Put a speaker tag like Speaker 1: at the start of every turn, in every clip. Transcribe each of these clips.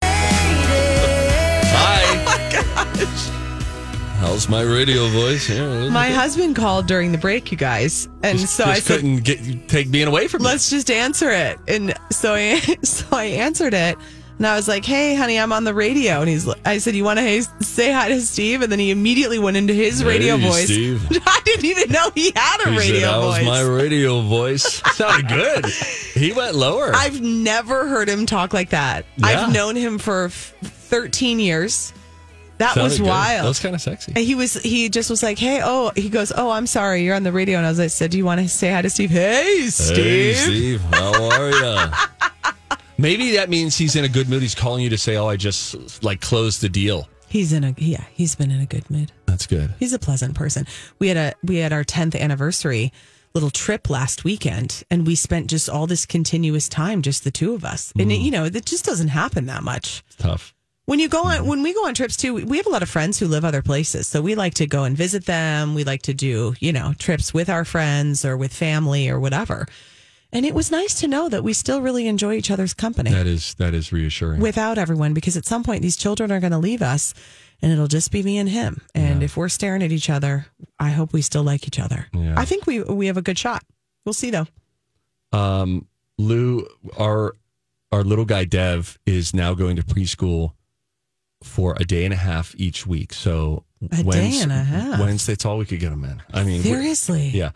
Speaker 1: Hi.
Speaker 2: Oh
Speaker 1: How's my radio voice? Yeah,
Speaker 2: My husband called during the break, you guys, and
Speaker 1: just,
Speaker 2: so
Speaker 1: just
Speaker 2: I said,
Speaker 1: couldn't get, take being away from us.
Speaker 2: "Let's just answer it." And so I so I answered it, and I was like, "Hey, honey, I'm on the radio." And he's, li- I said, "You want to hey, say hi to Steve?" And then he immediately went into his radio
Speaker 1: Hey,
Speaker 2: voice.
Speaker 1: Steve.
Speaker 2: I didn't even know he had a
Speaker 1: He said,
Speaker 2: radio
Speaker 1: How's
Speaker 2: voice.
Speaker 1: my radio voice? Sounded good. He went lower.
Speaker 2: I've never heard him talk like that.
Speaker 1: Yeah.
Speaker 2: I've known him for f- 13 years. That
Speaker 1: Sounded
Speaker 2: was
Speaker 1: good.
Speaker 2: wild.
Speaker 1: That was kind of sexy.
Speaker 2: And he was he just was like, hey, oh, he goes, oh, I'm sorry, you're on the radio, and I was like, said, do you want to say hi to Steve? Hey,
Speaker 1: Hey,
Speaker 2: Steve.
Speaker 1: Steve, how are ya? Maybe that means he's in a good mood. He's calling you to say, "Oh, I just like closed the deal."
Speaker 2: He's in a yeah, he's been in a good mood.
Speaker 1: That's good.
Speaker 2: He's a pleasant person. We had a we had our 10th anniversary little trip last weekend and we spent just all this continuous time just the two of us. And you know, it just doesn't happen that much.
Speaker 1: It's tough.
Speaker 2: When you go
Speaker 1: Mm-hmm.
Speaker 2: on when we go on trips too, we have a lot of friends who live other places. So we like to go and visit them. We like to do, you know, trips with our friends or with family or whatever. And it was nice to know that we still really enjoy each other's company
Speaker 1: That is that is reassuring.
Speaker 2: without everyone because at some point these children are going to leave us and it'll just be me and him. And if we're staring at each other, I hope we still like each other.
Speaker 1: Yeah.
Speaker 2: I think we we have a good shot. We'll see though.
Speaker 1: um, Lou, our our little guy Dev is now going to preschool for a day and a half each week. So
Speaker 2: A day and a half.
Speaker 1: Wednesday, it's all we could get him in. I mean, we-
Speaker 2: Seriously.
Speaker 1: yeah.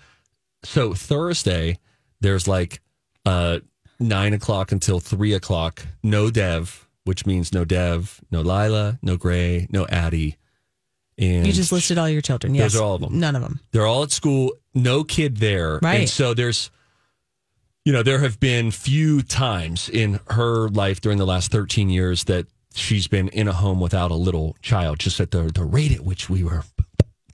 Speaker 1: So Thursday, there's like uh nine o'clock until three o'clock. No Dev, which means no Dev, no Lila, no Gray, no Addie. And
Speaker 2: You just listed all your children.
Speaker 1: Those
Speaker 2: Yes.
Speaker 1: are all of 'em.
Speaker 2: None of them.
Speaker 1: they're all at school, no kid there. And
Speaker 2: Right.
Speaker 1: so there's, you know, there have been few times in her life during the last 13 years that she's been in a home without a little child, just at the, the rate at which we were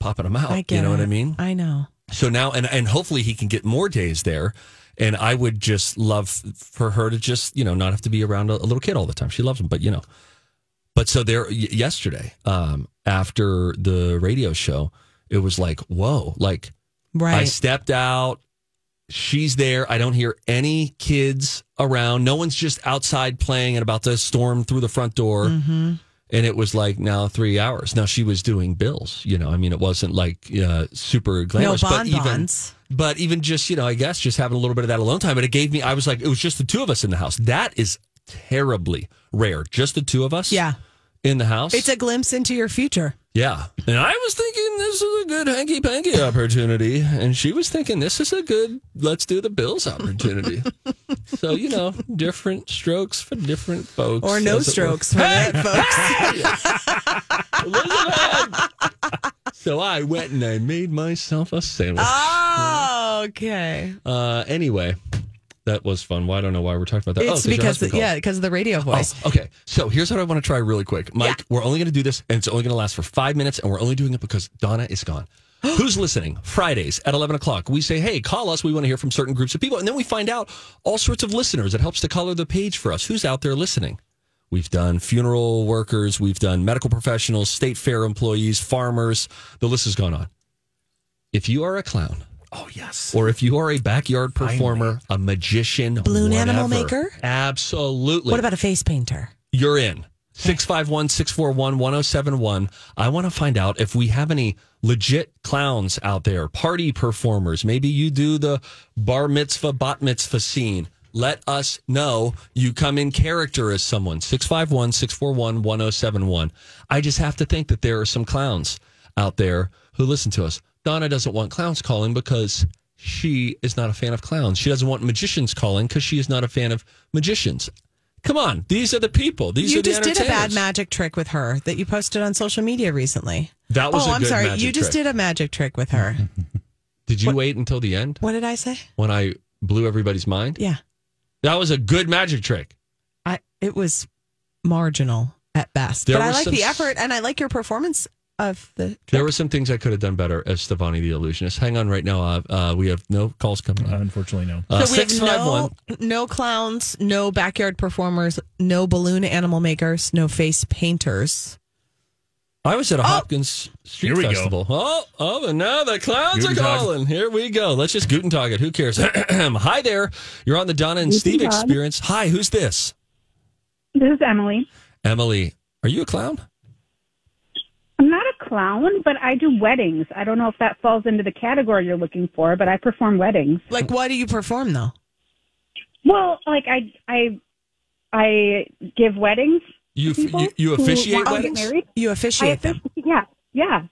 Speaker 1: popping them out.
Speaker 2: I get
Speaker 1: Oh, you know what
Speaker 2: it.
Speaker 1: I mean?
Speaker 2: I know.
Speaker 1: So now, and, and hopefully he can get more days there. And I would just love for her to just, you know, not have to be around a, a little kid all the time. She loves him, but you know. But so there, y- yesterday, um, after the radio show, it was like, whoa, like I
Speaker 2: Right.
Speaker 1: stepped out. She's there. I don't hear any kids around. No one's just outside playing and about to storm through the front door.
Speaker 2: Mm. Mm-hmm.
Speaker 1: And it was like now three hours. Now she was doing bills. You know, I mean, it wasn't like uh, super
Speaker 2: no
Speaker 1: glamorous, but even
Speaker 2: bonbons.
Speaker 1: but even just you know, I guess just having a little bit of that alone time. But it gave me. I was like, it was just the two of us in the house. That is terribly rare. Just the two of us.
Speaker 2: Yeah.
Speaker 1: In the house.
Speaker 2: It's a glimpse into your future.
Speaker 1: Yeah. And I was thinking this is a good hanky panky opportunity. And she was thinking this is a good let's do the bills opportunity. so, you know, different strokes for different folks.
Speaker 2: Or no
Speaker 1: as it were.
Speaker 2: strokes for that, folks.
Speaker 1: So I went and I made myself a sandwich.
Speaker 2: Ah. oh, okay.
Speaker 1: Uh, anyway, that was fun. Well, I don't know why we're talking about that.
Speaker 2: It's
Speaker 1: oh, 'cause your
Speaker 2: because,
Speaker 1: husband called.
Speaker 2: yeah, because of the radio voice.
Speaker 1: Oh, okay. So here's what I want to try really quick. Mike, we're only going to do this, and it's only going to last for five minutes, and we're only doing it because Donna is gone. Who's listening? Fridays at 11 o'clock. We say, hey, call us. We want to hear from certain groups of people. And then we find out all sorts of listeners. It helps to color the page for us. Who's out there listening? We've done funeral workers, we've done medical professionals, state fair employees, farmers. The list has gone on. If you are a clown,
Speaker 3: Oh yes.
Speaker 1: or if you are a backyard performer, a magician,
Speaker 2: Balloon animal
Speaker 1: whatever,
Speaker 2: maker?
Speaker 1: absolutely
Speaker 2: What about a face painter?
Speaker 1: you're in. 651 641 1071. I want to find out if we have any legit clowns out there, party performers. Maybe you do the bar mitzvah, bat mitzvah scene. Let us know you come in character as someone. 651 641 1071. I just have to think that there are some clowns out there who listen to us. Donna doesn't want clowns calling because she is not a fan of clowns. She doesn't want magicians calling because she is not a fan of magicians. Come on, these are the people. These
Speaker 2: you
Speaker 1: are the
Speaker 2: just did a bad
Speaker 1: entertainers.
Speaker 2: magic trick with her that you posted on social media recently.
Speaker 1: That was
Speaker 2: oh,
Speaker 1: a
Speaker 2: i I'm
Speaker 1: good
Speaker 2: sorry.
Speaker 1: magic
Speaker 2: you just
Speaker 1: trick. Mm-hmm.
Speaker 2: did a magic trick with her.
Speaker 1: Did you wait until the end
Speaker 2: what did I say?
Speaker 1: when I blew everybody's mind?
Speaker 2: Yeah,
Speaker 1: That was a good magic trick.
Speaker 2: I. It was marginal at best.
Speaker 1: There
Speaker 2: but I
Speaker 1: were
Speaker 2: like
Speaker 1: some
Speaker 2: the
Speaker 1: s-
Speaker 2: effort and I like your performance of the.
Speaker 1: There were some things I could have done better as Stefani the Illusionist. Hang on right now. Uh, uh, we have no calls coming
Speaker 3: Uh,
Speaker 1: up.
Speaker 3: unfortunately, no.
Speaker 1: Uh,
Speaker 2: so we have
Speaker 1: 651.
Speaker 2: no, no clowns, no backyard performers, no balloon animal makers, no face painters.
Speaker 1: I was
Speaker 2: Oh.
Speaker 1: at a Hopkins Street
Speaker 3: Here we go.
Speaker 1: Festival. Oh, oh, and now the clowns
Speaker 3: Guten
Speaker 1: are
Speaker 3: Tag.
Speaker 1: calling. Here we go. Let's just Guten Tag it. Who cares? Hi there. You're on the Donna and Steve experience. Hi, who's this?
Speaker 4: This is Emily.
Speaker 1: Emily. Are you a clown?
Speaker 4: I'm not a clown, but I do weddings. I don't know if that falls into the category you're looking for, but I perform weddings.
Speaker 2: Like, what do you perform though?
Speaker 4: Well, like I I I give weddings.
Speaker 1: You
Speaker 4: to people
Speaker 1: you, you
Speaker 4: who
Speaker 1: officiate
Speaker 4: want to get
Speaker 1: weddings?
Speaker 4: married.
Speaker 2: You
Speaker 4: I
Speaker 2: officiate them.
Speaker 4: offici- yeah, yeah.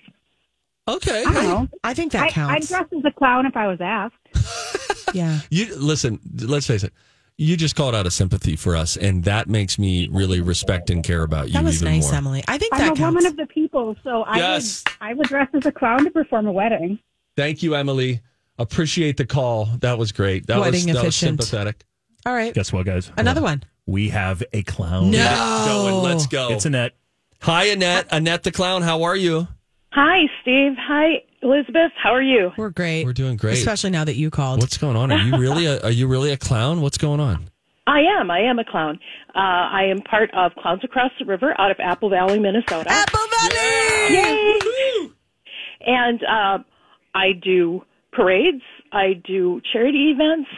Speaker 1: Okay.
Speaker 4: I don't know.
Speaker 2: I think that
Speaker 4: I, I'd
Speaker 2: counts.
Speaker 4: dress as a clown if I was asked.
Speaker 2: yeah.
Speaker 1: You listen, let's face it. You just called out of sympathy for us and that makes me really respect and care about you
Speaker 2: That was
Speaker 1: even
Speaker 2: nice,
Speaker 1: more.
Speaker 2: Emily. I think
Speaker 4: I'm
Speaker 2: that
Speaker 4: a
Speaker 2: counts.
Speaker 4: woman of the people, so I
Speaker 1: Yes.
Speaker 4: would I would dress as a clown to perform a wedding.
Speaker 1: Thank you, Emily. Appreciate the call. That was great. That was,
Speaker 2: Wedding
Speaker 1: that was
Speaker 2: efficient.
Speaker 1: sympathetic.
Speaker 2: All right.
Speaker 3: Guess what, guys?
Speaker 2: Another one.
Speaker 3: We have a clown.
Speaker 2: No.
Speaker 1: Going. Let's go.
Speaker 3: It's Annette.
Speaker 1: Hi, Annette. Annette the clown. How are you?
Speaker 5: Hi, Steve. Hi, Elizabeth. How are you?
Speaker 2: We're great.
Speaker 1: We're doing great.
Speaker 2: Especially now that you called.
Speaker 1: What's going on? Are you really a, are you really a clown? What's going on?
Speaker 5: I am. I am a clown. Uh, I am part of Clowns Across the River out of Apple Valley, Minnesota.
Speaker 2: Apple Valley!
Speaker 5: Yay! And uh, I do parades. I do charity events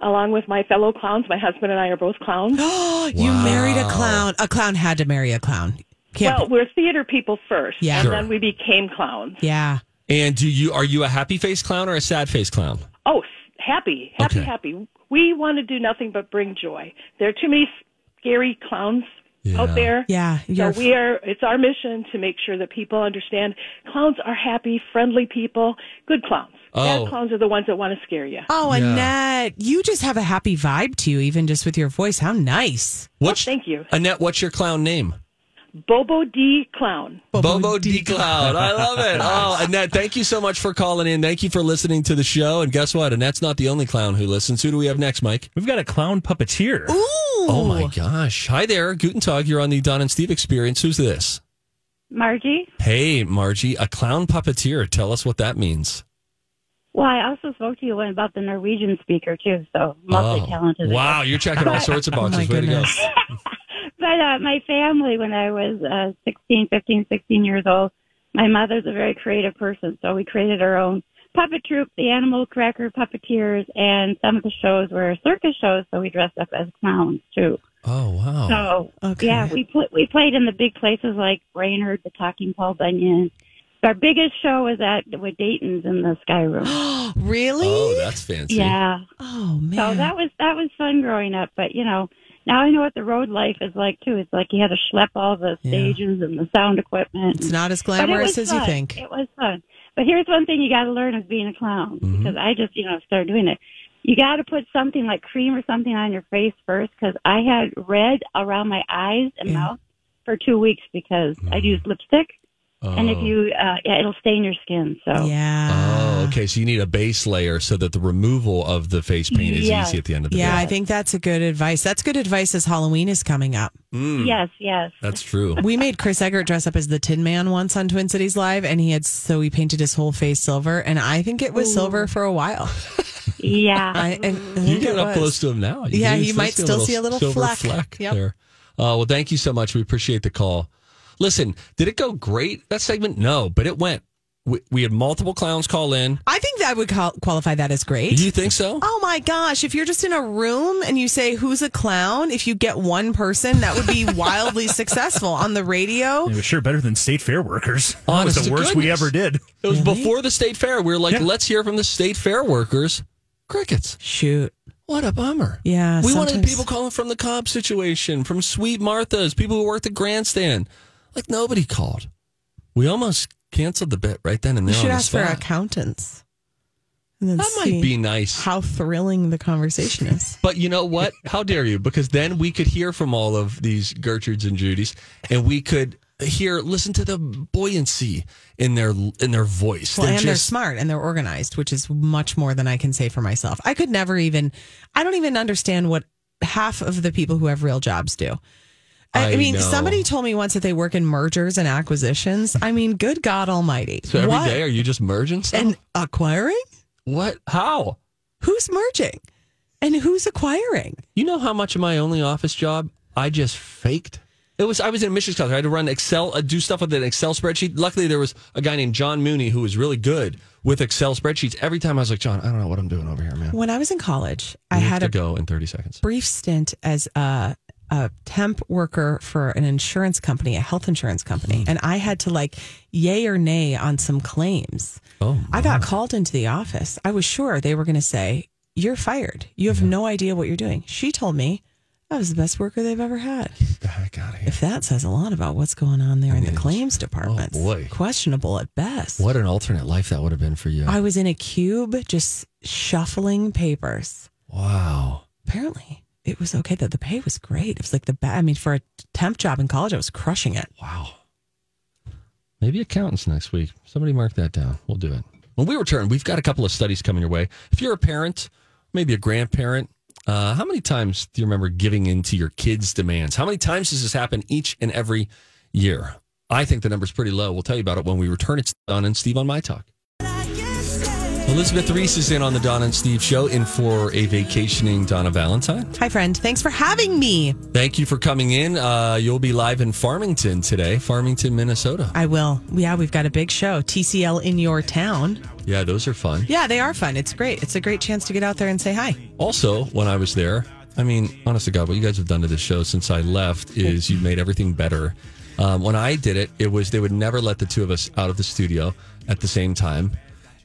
Speaker 5: along with my fellow clowns. My husband and I are both clowns.
Speaker 2: Oh, you married a clown. A clown had to marry a clown. Can't
Speaker 5: Well, we're theater people first,
Speaker 2: Yeah.
Speaker 5: and
Speaker 2: Sure.
Speaker 5: then we became clowns.
Speaker 2: yeah.
Speaker 1: And do you are you a happy face clown or a sad face clown?
Speaker 5: Oh, s- happy, happy,
Speaker 1: Okay.
Speaker 5: happy. We want to do nothing but bring joy. There are too many scary clowns
Speaker 1: Yeah.
Speaker 5: out there.
Speaker 2: Yeah.
Speaker 5: So
Speaker 2: You're,
Speaker 5: we are, it's our mission to make sure that people understand clowns are happy, friendly people, good clowns.
Speaker 1: Oh.
Speaker 5: Bad clowns are the ones that want to scare you.
Speaker 2: oh,
Speaker 1: Yeah.
Speaker 2: Annette, you just have a happy vibe to you, even just with your voice. How nice.
Speaker 1: What's
Speaker 5: Thank you.
Speaker 1: Annette? What's your clown name?
Speaker 5: Bobo D. Clown.
Speaker 1: Bobo, D. Clown. I love it. Oh, Annette, thank you so much for calling in. Thank you for listening to the show. And guess what? Annette's not the only clown who listens. Who do we have next, Mike?
Speaker 3: We've got a clown puppeteer.
Speaker 2: Ooh.
Speaker 1: Oh my gosh. Hi there. Guten Tag. You're on the Don and Steve experience. Who's this?
Speaker 4: Margie?
Speaker 1: Hey, Margie, a clown puppeteer. Tell us what that means.
Speaker 4: Well, I also spoke to you about the Norwegian speaker too, so
Speaker 1: Oh. Wow, you're checking all sorts of
Speaker 2: Oh, my
Speaker 1: boxes. Way to go.
Speaker 2: goodness.
Speaker 4: But uh, my family, when I was uh, 16, 15, 16 years old, my mother's a very creative person, so we created our own puppet troupe, the Animal Cracker Puppeteers, and some of the shows were circus shows, so we dressed up as clowns too.
Speaker 1: Oh, wow.
Speaker 4: So
Speaker 2: Okay.
Speaker 4: yeah, we pl- we played in the big places like Brainerd, the Talking Paul Bunyan. Our biggest show was at with Dayton's in the Sky Room.
Speaker 2: really?
Speaker 1: Oh, that's fancy.
Speaker 4: yeah,
Speaker 2: Oh,
Speaker 4: so
Speaker 2: man.
Speaker 4: that was that was fun growing up, but you know, now I know what the road life is like too. It's like you had to schlep all the
Speaker 2: Yeah.
Speaker 4: stages and the sound equipment.
Speaker 2: it's not as
Speaker 4: But it
Speaker 2: glamorous
Speaker 4: was
Speaker 2: as you
Speaker 4: fun.
Speaker 2: think.
Speaker 4: It was fun. But here's one thing you got to learn is being a clown
Speaker 2: Mm-hmm.
Speaker 4: because I just you know started doing it. You got to put something like cream or something on your face first because I had red around my eyes and
Speaker 2: Yeah. Mm-hmm.
Speaker 4: mouth for two weeks because I used lipstick, and
Speaker 1: Oh.
Speaker 4: if you uh, yeah, it'll stain your skin. So
Speaker 2: Oh. Yeah.
Speaker 1: Oh, okay. So you need a base layer so that the removal of the face paint is
Speaker 4: Yes.
Speaker 1: easy at the end of the
Speaker 2: Yeah,
Speaker 1: day.
Speaker 2: I think that's a good advice. That's good advice as Halloween is coming up.
Speaker 4: yes, yes.
Speaker 1: That's true.
Speaker 2: We made Chris Eggert dress up as the Tin Man once on Twin Cities Live, and he had so he painted his whole face silver, and I think it was silver for a while.
Speaker 4: Yeah.
Speaker 2: I, I- I think
Speaker 1: You
Speaker 2: it
Speaker 1: get up
Speaker 2: was.
Speaker 1: close to him now. You
Speaker 2: Yeah,
Speaker 1: can
Speaker 2: you might still see a little
Speaker 1: silver
Speaker 2: fleck. Yep.
Speaker 1: there. Uh, well, thank you so much. We appreciate the call. Listen, did it go great that segment? No, but it went. We, we had multiple clowns call in.
Speaker 2: I think that would qual- qualify that as great.
Speaker 1: Do you think so?
Speaker 2: Oh my gosh, if you're just in a room and you say who's a clown, if you get one person, that would be wildly successful on the radio.
Speaker 3: It was sure better than state fair workers. That
Speaker 1: Honest
Speaker 3: was
Speaker 1: to
Speaker 3: the worst we
Speaker 1: Oh, goodness.
Speaker 3: ever did.
Speaker 1: It was before the state fair. We were like,
Speaker 3: Yeah.
Speaker 1: let's hear from the state fair workers. Crickets.
Speaker 2: Shoot.
Speaker 1: What a bummer.
Speaker 2: Yeah,
Speaker 1: We wanted
Speaker 2: sometimes-
Speaker 1: people calling from the Cobb situation, from Sweet Martha's, people who worked the grandstand. Like nobody called. We almost canceled the bit right then and
Speaker 2: You
Speaker 1: there.
Speaker 2: should
Speaker 1: on the
Speaker 2: ask for
Speaker 1: spot.
Speaker 2: accountants. And then
Speaker 1: That
Speaker 2: see
Speaker 1: might be nice.
Speaker 2: how thrilling the conversation is.
Speaker 1: But you know what? How dare you? Because then we could hear from all of these Gertrudes and Judy's, and we could hear, listen to the buoyancy in their in their voice.
Speaker 2: Well,
Speaker 1: They're
Speaker 2: and they're
Speaker 1: just-
Speaker 2: smart and they're organized, which is much more than I can say for myself. I could never even, I don't even understand what half of the people who have real jobs do. I,
Speaker 1: I
Speaker 2: mean,
Speaker 1: know.
Speaker 2: somebody told me once that they work in mergers and acquisitions. I mean, good God Almighty!
Speaker 1: So every day,
Speaker 2: What-
Speaker 1: are you just merging stuff?
Speaker 2: and acquiring?
Speaker 1: what? How?
Speaker 2: Who's merging? And who's acquiring?
Speaker 1: You know how much of my only office job I just faked? It was I was in admissions class. I had to run Excel, uh, do stuff with an Excel spreadsheet. Luckily, there was a guy named John Mooney who was really good with Excel spreadsheets. Every time I was like, John, I don't know what I'm doing over here, man.
Speaker 2: When I was in college, I
Speaker 1: I have
Speaker 2: had
Speaker 1: to
Speaker 2: a
Speaker 1: go in 30 seconds.
Speaker 2: brief stint as a, a temp worker for an insurance company, a health insurance
Speaker 1: Mm-hmm.
Speaker 2: company, and I had to like yay or nay on some claims.
Speaker 1: Oh,
Speaker 2: I got called into the office. I was sure they were going to say, You're fired. You have no idea what you're doing. She told me I was the best worker they've ever had.
Speaker 1: I got here.
Speaker 2: If that says a lot about what's going on there in the claims department,
Speaker 1: Oh, boy.
Speaker 2: questionable at best.
Speaker 1: What an alternate life that would have been for you.
Speaker 2: I was in a cube just shuffling papers.
Speaker 1: wow.
Speaker 2: Apparently, it was okay. That the pay was great. It was like the ba- I mean, for a temp job in college, I was crushing it.
Speaker 1: Wow. Maybe accountants next week. Somebody mark that down. We'll do it. When we return, we've got a couple of studies coming your way. If you're a parent, maybe a grandparent, uh, how many times do you remember giving in to your kids' demands? How many times does this happen each and every year? I think the number's pretty low. We'll tell you about it when we return. It's Don and Steve on My Talk. Elizabeth Reese is in on the Don and Steve show in for a vacationing Donna Valentine.
Speaker 2: Hi, friend. Thanks for having me.
Speaker 1: Thank you for coming in. Uh, you'll be live in Farmington today, Farmington, Minnesota.
Speaker 2: I will. Yeah, we've got a big show. TCL in your town.
Speaker 1: Yeah, those are fun.
Speaker 2: Yeah, they are fun. It's great. It's a great chance to get out there and say hi.
Speaker 1: Also, when I was there, I mean, honest to God, what you guys have done to this show since I left is you've made everything better. Um, when I did it, it was they would never let the two of us out of the studio at the same time.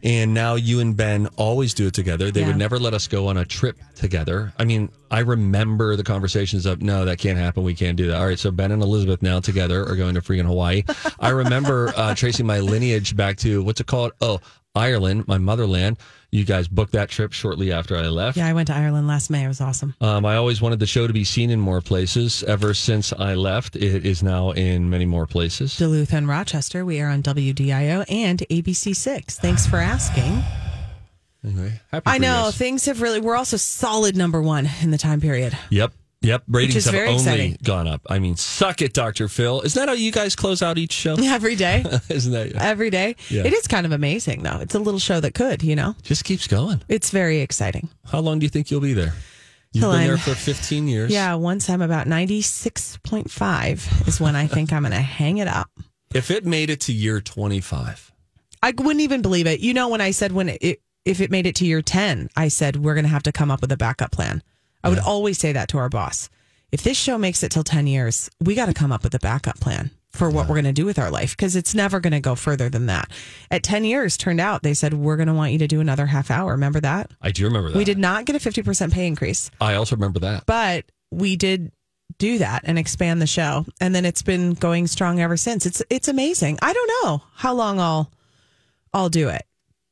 Speaker 1: And now you and Ben always do it together. They
Speaker 2: Yeah.
Speaker 1: would never let us go on a trip together. I mean, I remember the conversations of, no, that can't happen. We can't do that. All right. So Ben and Elizabeth now together are going to freaking Hawaii. I remember uh, tracing my lineage back to what's it called? Oh, Ireland, my motherland. You guys booked that trip shortly after I left.
Speaker 2: Yeah, I went to Ireland last May. It was awesome.
Speaker 1: Um, I always wanted the show to be seen in more places. Ever since I left, it is now in many more places.
Speaker 2: Duluth and Rochester. We are on WDIO and ABC6. Thanks for asking.
Speaker 1: Anyway, happy for
Speaker 2: I
Speaker 1: you
Speaker 2: know
Speaker 1: guys.
Speaker 2: things have really. We're also solid number one in the time period.
Speaker 1: Yep. Yep.
Speaker 2: is
Speaker 1: Ratings have
Speaker 2: very
Speaker 1: only
Speaker 2: exciting.
Speaker 1: gone up. I mean, suck it, Dr. Phil. Isn't that how you guys close out each show?
Speaker 2: Every day,
Speaker 1: Isn't that?
Speaker 2: every day.
Speaker 1: Yeah.
Speaker 2: It is kind of amazing, though. It's a little show that could, you know.
Speaker 1: Just keeps going.
Speaker 2: It's very exciting.
Speaker 1: How long do you think you'll be there? You've
Speaker 2: Till
Speaker 1: been
Speaker 2: I'm-
Speaker 1: there for 15 years.
Speaker 2: Yeah, once I'm about ninety six point five is when I think I'm going to hang it up.
Speaker 1: If it made it to year 25,
Speaker 2: I wouldn't even believe it. You know, when I said when it if it made it to year ten, I said we're going to have to come up with a backup plan. I would always say that to our boss. If this show makes it till ten years, we got to come up with a backup plan for what we're going to do with our life because it's never going to go further than that. At ten years, turned out they said we're going to want you to do another half hour. Remember that?
Speaker 1: I do remember that.
Speaker 2: We did not get a fifty percent pay increase,
Speaker 1: I also remember that.
Speaker 2: but we did do that and expand the show, and then it's been going strong ever since. It's it's amazing. I don't know how long I'll I'll do it,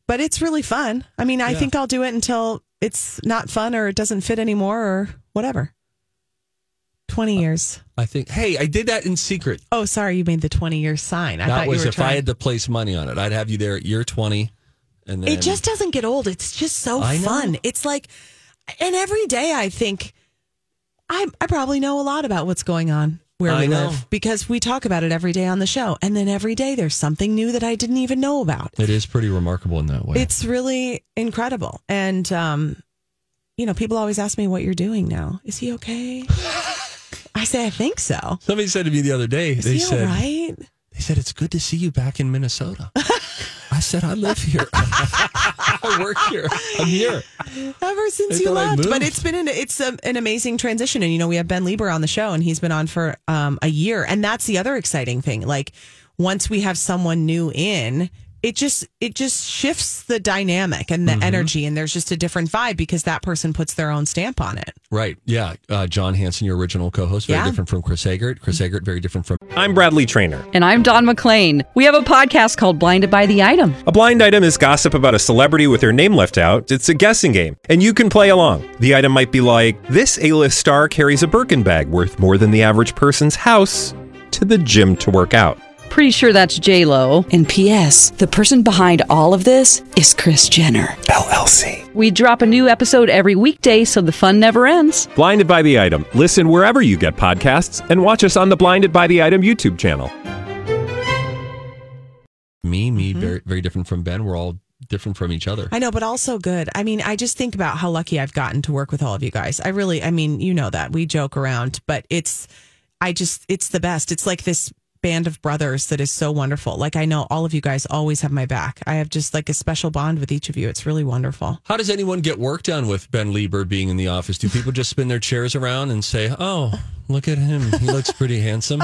Speaker 2: but it's really fun. I mean, I
Speaker 1: Yeah.
Speaker 2: think I'll do it until it's not fun or it doesn't fit anymore or whatever. Twenty years.
Speaker 1: I think, hey, I did that in secret.
Speaker 2: Oh, sorry, you made the twenty year sign. I
Speaker 1: that
Speaker 2: thought
Speaker 1: was
Speaker 2: you were
Speaker 1: if
Speaker 2: trying.
Speaker 1: I had to place money on it, I'd have you there at year 20. And then
Speaker 2: It just doesn't get old. It's just so
Speaker 1: I know.
Speaker 2: fun. It's like, and every day I think, I, I probably know a lot about what's going on where
Speaker 1: I
Speaker 2: we
Speaker 1: know.
Speaker 2: live because we talk about it every day on the show. And then every day there's something new that I didn't even know about.
Speaker 1: It is pretty remarkable in that way.
Speaker 2: It's really incredible. And, um, you know, people always ask me what you're doing now. Is he okay? I say, I think so.
Speaker 1: Somebody said to me the other day,
Speaker 2: Is
Speaker 1: they
Speaker 2: he
Speaker 1: said,
Speaker 2: all right?
Speaker 1: they said, it's good to see you back in Minnesota. I said, I live here. I work here. I'm here.
Speaker 2: ever since
Speaker 1: They
Speaker 2: you
Speaker 1: thought I
Speaker 2: left. But
Speaker 1: moved.
Speaker 2: it's been an, it's a, an amazing transition, and you know we have Ben Lieber on the show, and he's been on for um, a year, and that's the other exciting thing. Like once we have someone new in. It just it just shifts the dynamic and the energy, and there's just a different vibe because that person puts their own stamp on it.
Speaker 1: Right. Yeah. Uh, John Hansen, your original co host, very
Speaker 2: Yeah. Mm-hmm.
Speaker 1: different from Chris Agert. Chris Agert, very different from.
Speaker 6: I'm Bradley Trainer.
Speaker 7: And I'm Don McClain. We have a podcast called Blinded by the Item.
Speaker 6: A blind item is gossip about a celebrity with their name left out. It's a guessing game, and you can play along. The item might be like this: A-list star carries a Birkin bag worth more than the average person's house to the gym to work out.
Speaker 7: Pretty sure that's J Lo.
Speaker 8: And P.S. The person behind all of this is Chris Jenner.
Speaker 6: LLC.
Speaker 7: We drop a new episode every weekday, so the fun never ends.
Speaker 6: Blinded by the Item. Listen wherever you get podcasts and watch us on the Blinded by the Item YouTube channel.
Speaker 1: Me, me,
Speaker 2: Mm-hmm.
Speaker 1: very, very different from Ben. We're all different from each other.
Speaker 2: I know, but also good. I mean, I just think about how lucky I've gotten to work with all of you guys. I really, I mean, you know that we joke around, but it's, I just, it's the best. It's like this band of brothers that is so wonderful. Like, I know all of you guys always have my back. I have just like a special bond with each of you. It's really wonderful.
Speaker 1: How does anyone get work done with Ben Lieber being in the office? Do people just spin their chairs around and say, "Oh, look at him. He looks pretty handsome."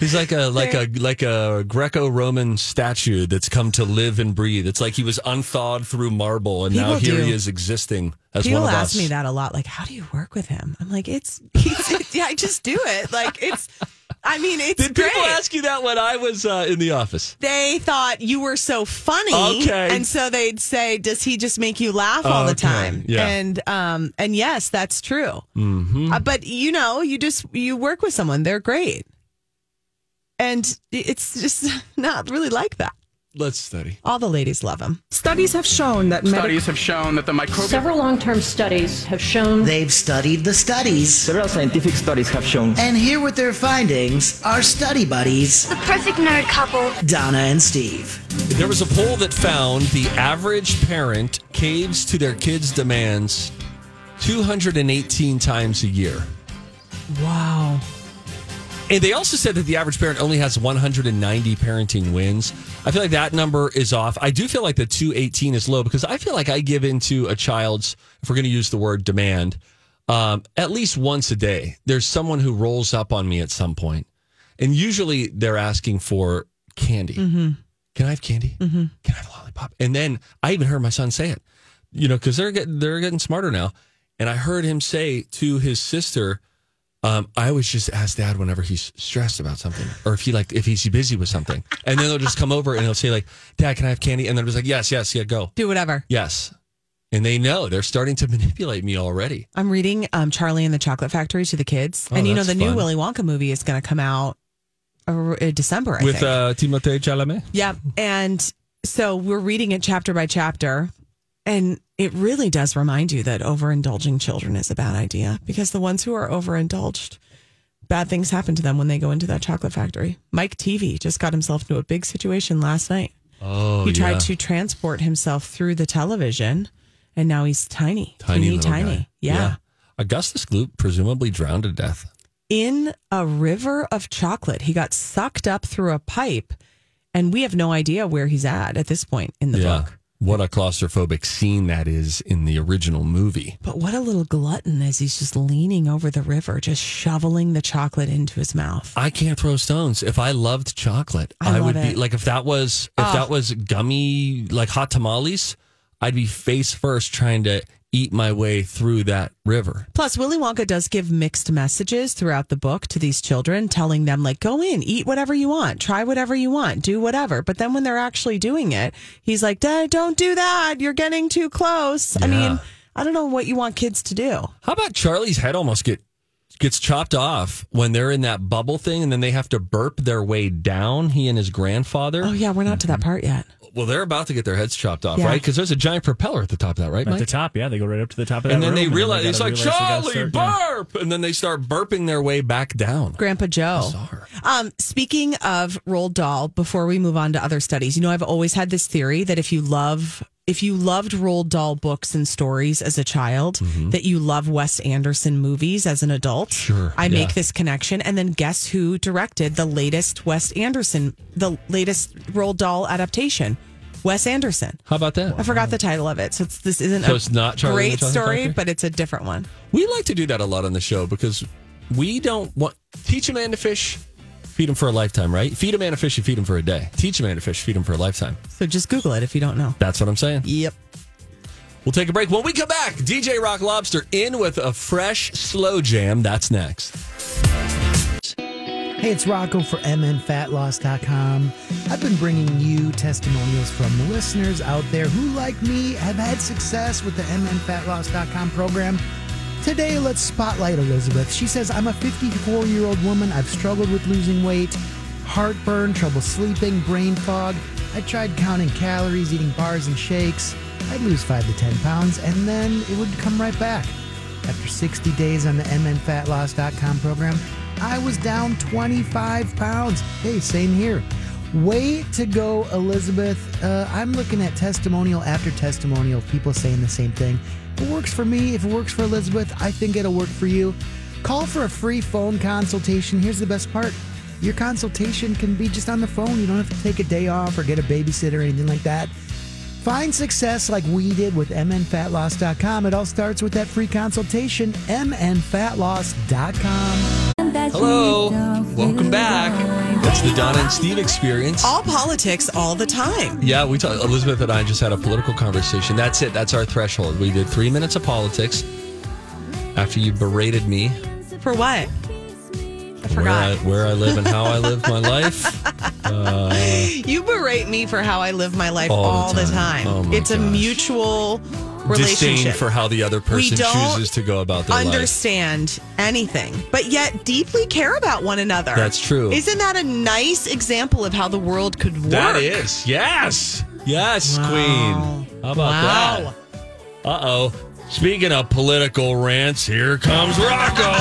Speaker 1: He's like a like a like a Greco-Roman statue that's come to live and breathe. It's like he was unthawed through marble, and now
Speaker 2: People
Speaker 1: here he
Speaker 2: do.
Speaker 1: is existing as
Speaker 2: People
Speaker 1: one of
Speaker 2: ask
Speaker 1: us.
Speaker 2: me that a lot. Like, how do you work with him? I'm like, it's, it's yeah, I just do it. Like, it's, I mean, it's
Speaker 1: Did
Speaker 2: great.
Speaker 1: people ask you that when I was uh, in the office?
Speaker 2: they thought you were so funny
Speaker 1: Okay.
Speaker 2: and so they'd say does he just make you laugh all the
Speaker 1: Okay,
Speaker 2: time
Speaker 1: yeah. Mm-hmm.
Speaker 2: and um and yes that's true Uh, but you know you just you work with someone they're great and it's just not really like that
Speaker 1: Let's study.
Speaker 2: all the ladies love him
Speaker 9: Studies have shown that medical
Speaker 10: Studies have shown that the microbial
Speaker 11: Several long term studies have shown
Speaker 9: They've studied the studies.
Speaker 10: several scientific studies have shown
Speaker 9: And here with their findings are study buddies,
Speaker 4: The perfect nerd couple.
Speaker 9: Donna and Steve.
Speaker 1: There was a poll that found the average parent caves to their kids' demands 218 times a year.
Speaker 2: wow
Speaker 1: And they also said that the average parent only has 190 parenting wins. I feel like that number is off. I do feel like the 218 is low because I feel like I give into a child's, if we're going to use the word demand, um, at least once a day. There's someone who rolls up on me at some point, and usually they're asking for candy. Can I have candy? Can I have a lollipop? And then I even heard my son say it, you know, because they're getting, they're getting smarter now. And I heard him say to his sister, um, I always just ask dad whenever he's stressed about something or if he like if he's busy with something. And then they'll just come over and he'll say like, Dad, can I have candy? And then just like, Yes, yes, yeah, go.
Speaker 2: do whatever
Speaker 1: Yes. And they know they're starting to manipulate me already.
Speaker 2: i'm reading um, charlie and the chocolate factory to the kids
Speaker 1: Oh,
Speaker 2: and you know
Speaker 1: that's
Speaker 2: the new
Speaker 1: fun.
Speaker 2: willy wonka movie is going to come out uh, in december I
Speaker 1: with
Speaker 2: think.
Speaker 1: uh Timothée Chalamet.
Speaker 2: Yep. And so we're reading it chapter by chapter. And it really does remind you that overindulging children is a bad idea because the ones who are overindulged, bad things happen to them when they go into that chocolate factory. Mike TV just got himself into a big situation last night.
Speaker 1: Oh
Speaker 2: he
Speaker 1: yeah.
Speaker 2: tried to transport himself through the television and now he's tiny.
Speaker 1: tiny
Speaker 2: teeny
Speaker 1: little
Speaker 2: tiny.
Speaker 1: guy.
Speaker 2: yeah.
Speaker 1: Augustus Gloop presumably drowned to death.
Speaker 2: In a river of chocolate. He got sucked up through a pipe and we have no idea where he's at at this point in the book.
Speaker 1: What a claustrophobic scene that is in the original movie.
Speaker 2: But what a little glutton as he's just leaning over the river, just shoveling the chocolate into his mouth.
Speaker 1: I can't throw stones. If I loved chocolate,
Speaker 2: I
Speaker 1: I,
Speaker 2: love
Speaker 1: would be
Speaker 2: it. Oh.
Speaker 1: like if that was if that was gummy like hot tamales, I'd be face first trying to eat my way through that river.
Speaker 2: Plus, Willy Wonka does give mixed messages throughout the book to these children, telling them, like, go in, eat whatever you want, try whatever you want, do whatever. But then when they're actually doing it, he's like, Dad, don't do that. You're getting too close. I
Speaker 1: Yeah.
Speaker 2: mean, I don't know what you want kids to do.
Speaker 1: How about Charlie's head almost get gets chopped off when they're in that bubble thing and then they have to burp their way down, he and his grandfather.
Speaker 2: Oh, yeah, we're not to that part yet.
Speaker 1: Well, they're about to get their heads chopped off,
Speaker 2: Yeah.
Speaker 1: right? Because there's a giant propeller at the top of that, right?
Speaker 3: At
Speaker 1: Mike?
Speaker 3: the top, yeah, they go right up to the top of that
Speaker 1: and then
Speaker 3: room,
Speaker 1: they realize
Speaker 3: gotta
Speaker 1: it's like
Speaker 3: realize they gotta
Speaker 1: Charlie
Speaker 3: start, yeah.
Speaker 1: burp, and then they start burping their way back down.
Speaker 2: Grandpa Joe. Um, speaking of Roald Dahl, before we move on to other studies, you know, I've always had this theory that if you love if you loved Roald Dahl books and stories as a child,
Speaker 1: Mm-hmm.
Speaker 2: that you love Wes Anderson movies as an adult.
Speaker 1: Sure,
Speaker 2: I
Speaker 1: yeah.
Speaker 2: make this connection. And then guess who directed the latest Wes Anderson, the latest Roald Dahl adaptation? Wes Anderson.
Speaker 1: How about that?
Speaker 2: I forgot the title of it. So it's, this isn't
Speaker 1: So
Speaker 2: a
Speaker 1: it's not Charlie and the
Speaker 2: great
Speaker 1: Chocolate
Speaker 2: story,
Speaker 1: Factory?
Speaker 2: but it's a different one.
Speaker 1: We like to do that a lot on the show because we don't want teach a man to fish, feed him for a lifetime, right? Feed a man to fish, you feed him for a day. Teach a man to fish, feed him for a lifetime.
Speaker 2: So just Google it if you don't know.
Speaker 1: That's what I'm saying.
Speaker 2: Yep.
Speaker 1: We'll take a break. When we come back, DJ Rock Lobster in with a fresh slow jam. That's next.
Speaker 9: Hey, it's Rocco for MNFatLoss.com. I've been bringing you testimonials from the listeners out there who, like me, have had success with the MNFatLoss.com program. Today, let's spotlight Elizabeth. She says, I'm a 54 year old woman. I've struggled with losing weight. heartburn, trouble sleeping, brain fog. I tried counting calories, eating bars and shakes. I'd lose 5 to 10 pounds, and then it would come right back. After 60 days on the MNFatLoss.com program, I was down 25 pounds. Hey, same here. Way to go, Elizabeth. Uh, I'm looking at testimonial after testimonial of people saying the same thing. It works for me. If it works for Elizabeth, I think it'll work for you. Call for a free phone consultation. Here's the best part your consultation can be just on the phone. You don't have to take a day off or get a babysitter or anything like that. Find success like we did with MNFatLoss.com. It all starts with that free consultation, MNFatLoss.com.
Speaker 1: Hello. Welcome back. That's the Donna and Steve experience.
Speaker 2: All politics, all the time.
Speaker 1: Yeah, we talked. Elizabeth and I just had a political conversation. That's it. That's our threshold. We did three minutes of politics after you berated me
Speaker 2: For what? I
Speaker 1: where
Speaker 2: forgot.
Speaker 1: I, where I live and how I live my life. Uh,
Speaker 2: you berate me for how I live my life all,
Speaker 1: All the
Speaker 2: the
Speaker 1: time.
Speaker 2: time.
Speaker 1: Oh my
Speaker 2: it's a
Speaker 1: gosh.
Speaker 2: mutual
Speaker 1: disdain
Speaker 2: relationship.
Speaker 1: for how the other
Speaker 2: we
Speaker 1: person
Speaker 2: don't
Speaker 1: chooses to go about their life.
Speaker 2: understand anything, but yet deeply care about one another.
Speaker 1: That's true.
Speaker 2: Isn't that a nice example of how the world could work?
Speaker 1: That is. Yes. Yes, Queen. How about
Speaker 2: Wow.
Speaker 1: that? Uh oh. Speaking of political rants, here comes Rocco.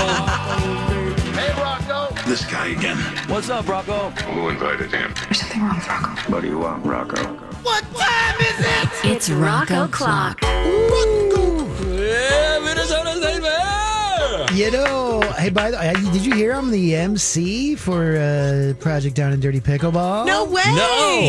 Speaker 12: Hey, Rocco.
Speaker 13: This guy again.
Speaker 12: What's up, Rocco?
Speaker 13: Who invited him?
Speaker 12: There's something wrong with Rocco.
Speaker 13: What do you want, Rocco?
Speaker 12: What time is it?
Speaker 13: It's Rocco
Speaker 12: Clock.
Speaker 1: Yeah, Minnesota's nightmare.
Speaker 9: You know, hey, by the way, did you hear I'm the MC for uh, Project Down and Dirty Pickleball?
Speaker 2: No way.
Speaker 9: No.
Speaker 2: Oh.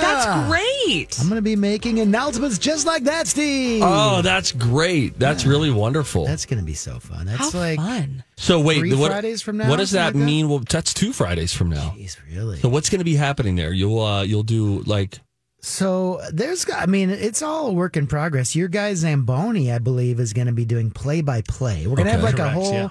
Speaker 2: That's
Speaker 9: Yeah.
Speaker 2: great.
Speaker 9: I'm going to be making announcements just like that, Steve.
Speaker 1: Oh, that's great. That's really wonderful.
Speaker 9: That's going to be so fun. That's
Speaker 2: How
Speaker 9: like
Speaker 2: fun.
Speaker 1: So wait,
Speaker 9: Three
Speaker 1: what,
Speaker 9: Fridays from now,
Speaker 1: What does
Speaker 9: something
Speaker 1: that
Speaker 9: like that?
Speaker 1: mean? Well, that's two Fridays from now.
Speaker 9: really.
Speaker 1: So what's going to be happening there? You'll uh, you'll do like
Speaker 9: So there's, I mean, it's all a work in progress. Your guy Zamboni, I believe, is going to be doing play by play. We're going to
Speaker 2: Okay.
Speaker 9: have like
Speaker 2: Correct,
Speaker 9: a
Speaker 2: yeah.
Speaker 9: whole,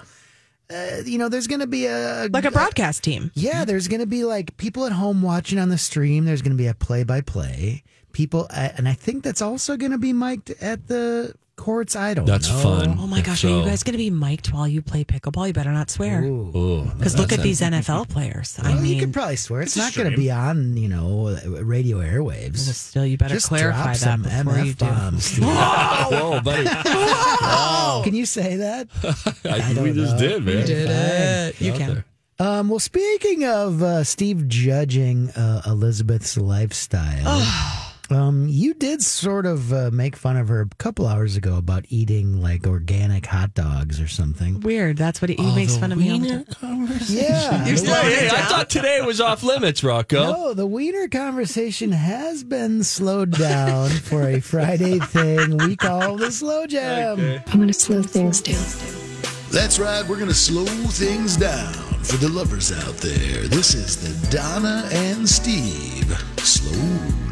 Speaker 9: uh, you know, there's going to be a
Speaker 2: Like a broadcast team.
Speaker 9: yeah, there's going to be like people at home watching on the stream. There's going to be a play by play. People, uh, and I think that's also going to be mic'd at the courts. I don't
Speaker 1: That's
Speaker 9: know.
Speaker 1: fun.
Speaker 2: Oh my gosh, are you guys going to be mic'd while you play pickleball? You better not swear. Because look at these NFL players. I
Speaker 9: Well,
Speaker 2: mean,
Speaker 9: you could probably swear it's,
Speaker 2: It's a
Speaker 9: not going to
Speaker 2: stream.
Speaker 9: be on, you know, radio airwaves.
Speaker 2: Well, still, you better
Speaker 9: Just
Speaker 2: clarify
Speaker 9: drop
Speaker 2: that
Speaker 9: some
Speaker 2: before
Speaker 9: MF
Speaker 2: you do.
Speaker 9: bombs, dude.
Speaker 1: Whoa, buddy!
Speaker 9: Can you say that?
Speaker 1: I, we just did, man.
Speaker 9: You did it.
Speaker 1: Get
Speaker 9: You
Speaker 1: out
Speaker 9: can.
Speaker 1: there.
Speaker 9: Um, well, speaking of uh, Steve judging uh, Elizabeth's lifestyle, um, you did sort of uh, make fun of her a couple hours ago about eating like organic hot dogs or something.
Speaker 2: Weird. That's what he, he makes fun of me. all the time.
Speaker 9: Yeah.
Speaker 2: You're slowing
Speaker 1: Hey,
Speaker 2: it
Speaker 1: I
Speaker 2: down.
Speaker 1: thought today was off limits, Rocco.
Speaker 9: No, Oh, the wiener conversation has been slowed down for a Friday thing we call the slow jam. I'm going to slow things down.
Speaker 14: That's right, we're going to slow things down for the lovers out there. This is the Donna and Steve Slow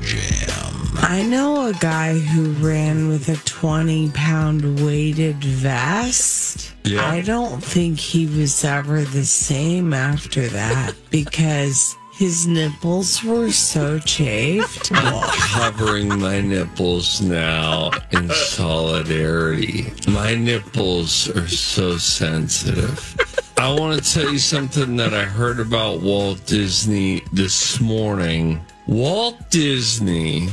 Speaker 14: Jam.
Speaker 2: I know a guy who ran with a 20 pound weighted vest.
Speaker 12: Yeah.
Speaker 2: I don't think he was ever the same after that because his nipples were so chafed.
Speaker 1: covering my nipples now in solidarity. My nipples are so sensitive. I want to tell you something that I heard about Walt Disney this morning. Walt Disney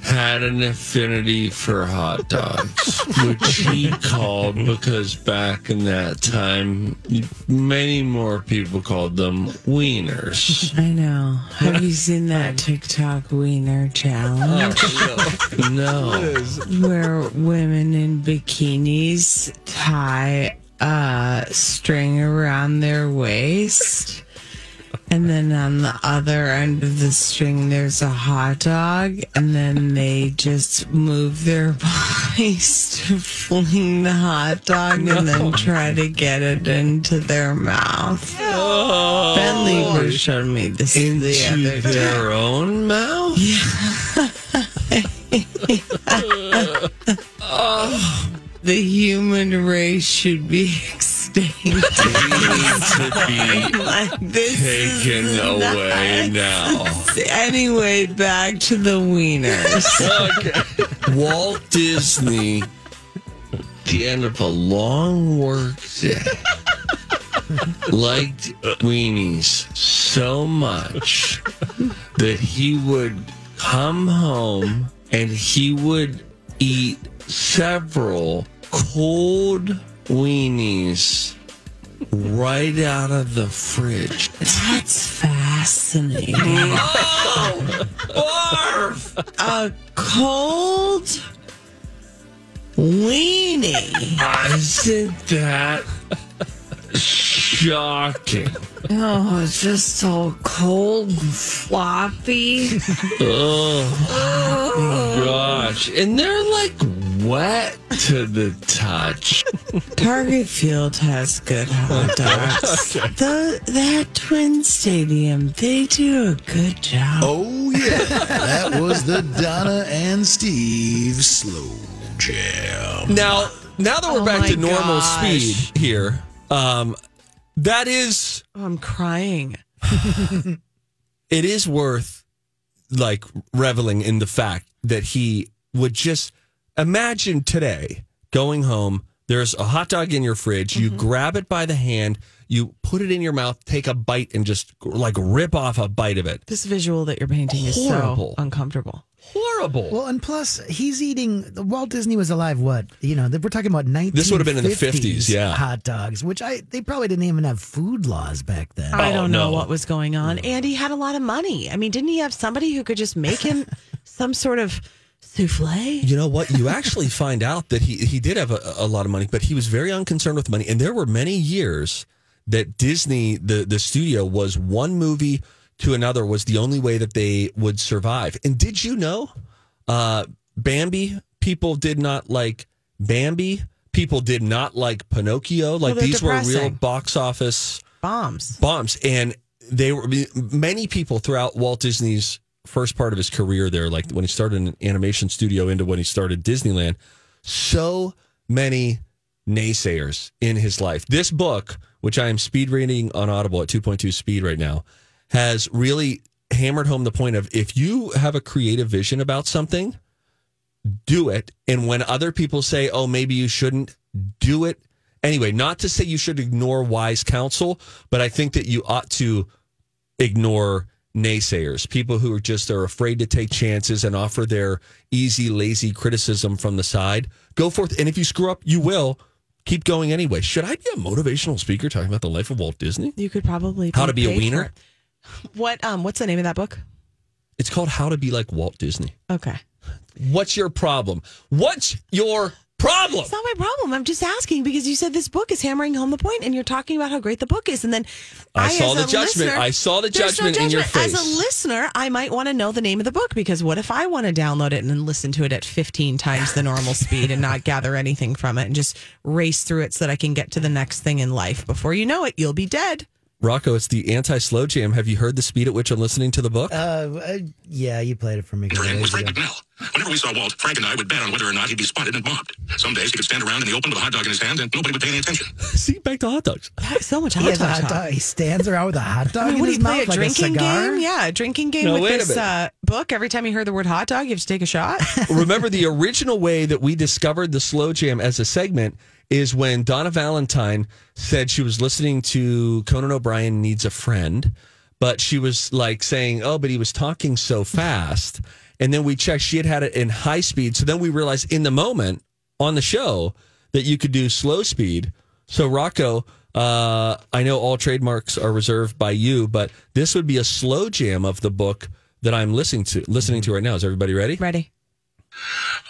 Speaker 1: had an affinity for hot dogs, which he called because back in that time, many more people called them wieners.
Speaker 2: I know. Have you seen that TikTok wiener challenge?
Speaker 1: No.
Speaker 2: where women in bikinis tie a string around their waist. And then on the other end of the string, there's a hot dog. And then they just move their bodies to fling the hot dog and then try to get it into their mouth.
Speaker 1: Oh.
Speaker 2: Ben Lieber showed me this the other day.
Speaker 1: their own mouth?
Speaker 2: the human race should be extinct. Like, this is
Speaker 1: taken away now.
Speaker 2: anyway, back to the wieners.
Speaker 1: Walt Disney, the end of a long work day, liked weenies
Speaker 15: so much that he would come home and he would eat several cold weenies right out of the fridge.
Speaker 2: That's fascinating.
Speaker 15: oh, barf!
Speaker 2: A cold weenie.
Speaker 15: Isn't that shocking?
Speaker 2: Oh, it's just so cold and floppy.
Speaker 15: Oh, gosh. And they're like wet to the touch.
Speaker 2: Target Field has good hot dogs. the, that Twin Stadium, they do a good job.
Speaker 14: Oh, yeah. that was the Donna and Steve Slow Jam.
Speaker 1: Now, now that we're
Speaker 2: Oh
Speaker 1: back
Speaker 2: my
Speaker 1: to normal
Speaker 2: gosh.
Speaker 1: speed here, um, that is,
Speaker 2: I'm crying.
Speaker 1: it is worth like reveling in the fact that he would just imagine today going home. There's a hot dog in your fridge. You
Speaker 2: Mm-hmm.
Speaker 1: grab it by the hand, you put it in your mouth, take a bite, and just like rip off a bite of it.
Speaker 2: This visual that you're painting
Speaker 1: Horrible.
Speaker 2: is so uncomfortable.
Speaker 1: Horrible.
Speaker 9: Well, and plus, he's eating. Walt Disney was alive. What you know? We're talking about nineteen.
Speaker 1: This would've been in the 50s, yeah.
Speaker 9: Hot dogs, which I they probably didn't even have food laws back then.
Speaker 2: I don't know
Speaker 1: Oh, no.
Speaker 2: what was going on. And he had a lot of money. I mean, didn't he have somebody who could just make him some sort of souffle?
Speaker 1: You know what? You actually find out that he he did have a, a lot of money, but he was very unconcerned with money. And there were many years that Disney, the the studio, was one movie to another was the only way that they would survive. And did you know, uh, Bambi? People did not like Bambi. People did not like Pinocchio. Like
Speaker 2: they're
Speaker 1: these were real
Speaker 2: depressing.
Speaker 1: box office
Speaker 2: Bombs.
Speaker 1: bumps and they were many people throughout Walt Disney's first part of his career there like when he started an animation studio into when he started Disneyland so many naysayers in his life this book which I am speed reading on Audible at 2.2 speed right now has really hammered home the point of if you have a creative vision about something do it. And when other people say, oh, maybe you shouldn't, do it anyway. Not to say you should ignore wise counsel, but I think that you ought to ignore naysayers, people who are just are afraid to take chances and offer their easy, lazy criticism from the side. Go forth. And if you screw up, you will. Keep going anyway. Should I be a motivational speaker talking about the life of Walt Disney?
Speaker 2: You could probably
Speaker 1: How to be a
Speaker 2: paid for
Speaker 1: wiener?
Speaker 2: it. What um what's the name of that book?
Speaker 1: It's called How to Be Like Walt Disney.
Speaker 2: Okay.
Speaker 1: What's your problem? What's your problem?
Speaker 2: It's not my problem. I'm just asking because you said this book is hammering home the point and you're talking about how great the book is. And then
Speaker 1: I saw
Speaker 2: as
Speaker 1: the
Speaker 2: a
Speaker 1: judgment.
Speaker 2: listener-
Speaker 1: I saw the
Speaker 2: There's
Speaker 1: judgment in your
Speaker 2: judgment. As
Speaker 1: face.
Speaker 2: a listener, I might want to know the name of the book because what if I want to download it and then listen to it at 15 times the normal speed and not gather anything from it and just race through it so that I can get to the next thing in life? Before you know it, you'll be dead.
Speaker 1: Rocco, it's the anti slow jam. Have you heard the speed at which I'm listening to the book?
Speaker 9: Uh, uh, yeah, you played it for me. a couple
Speaker 16: Frank was
Speaker 9: days
Speaker 16: Frank
Speaker 9: ago.
Speaker 16: McNell. Whenever we saw Walt, Frank and I would bet on whether or not he'd be spotted and mobbed. Some days he could stand around in the open with a hot dog in his hand and nobody would pay any attention.
Speaker 1: See, back to hot dogs.
Speaker 2: So much hot
Speaker 9: He, has a
Speaker 2: dog
Speaker 9: hot
Speaker 2: talk.
Speaker 9: dog. he stands around with a hot dog
Speaker 2: I mean,
Speaker 9: in
Speaker 2: what do
Speaker 9: his
Speaker 2: you play
Speaker 9: mouth,
Speaker 2: a
Speaker 9: like a
Speaker 2: drinking
Speaker 9: cigar.
Speaker 2: game? Yeah, a drinking game
Speaker 1: No,
Speaker 2: with
Speaker 1: wait a
Speaker 2: this
Speaker 1: minute.
Speaker 2: uh, book. Every time you hear the word hot dog, you have to take a shot.
Speaker 1: Remember, the original way that we discovered the slow jam as a segment is when Donna Valentine said she was listening to Conan O'Brien Needs a Friend, but she was like saying, Oh, but he was talking so fast. And then we checked, she had had it in high speed. So then we realized in the moment on the show that you could do slow speed. So, Rocco, uh, I know all trademarks are reserved by you, but this would be a slow jam of the book that I'm listening to listening to right now. Is everybody ready?
Speaker 2: Ready.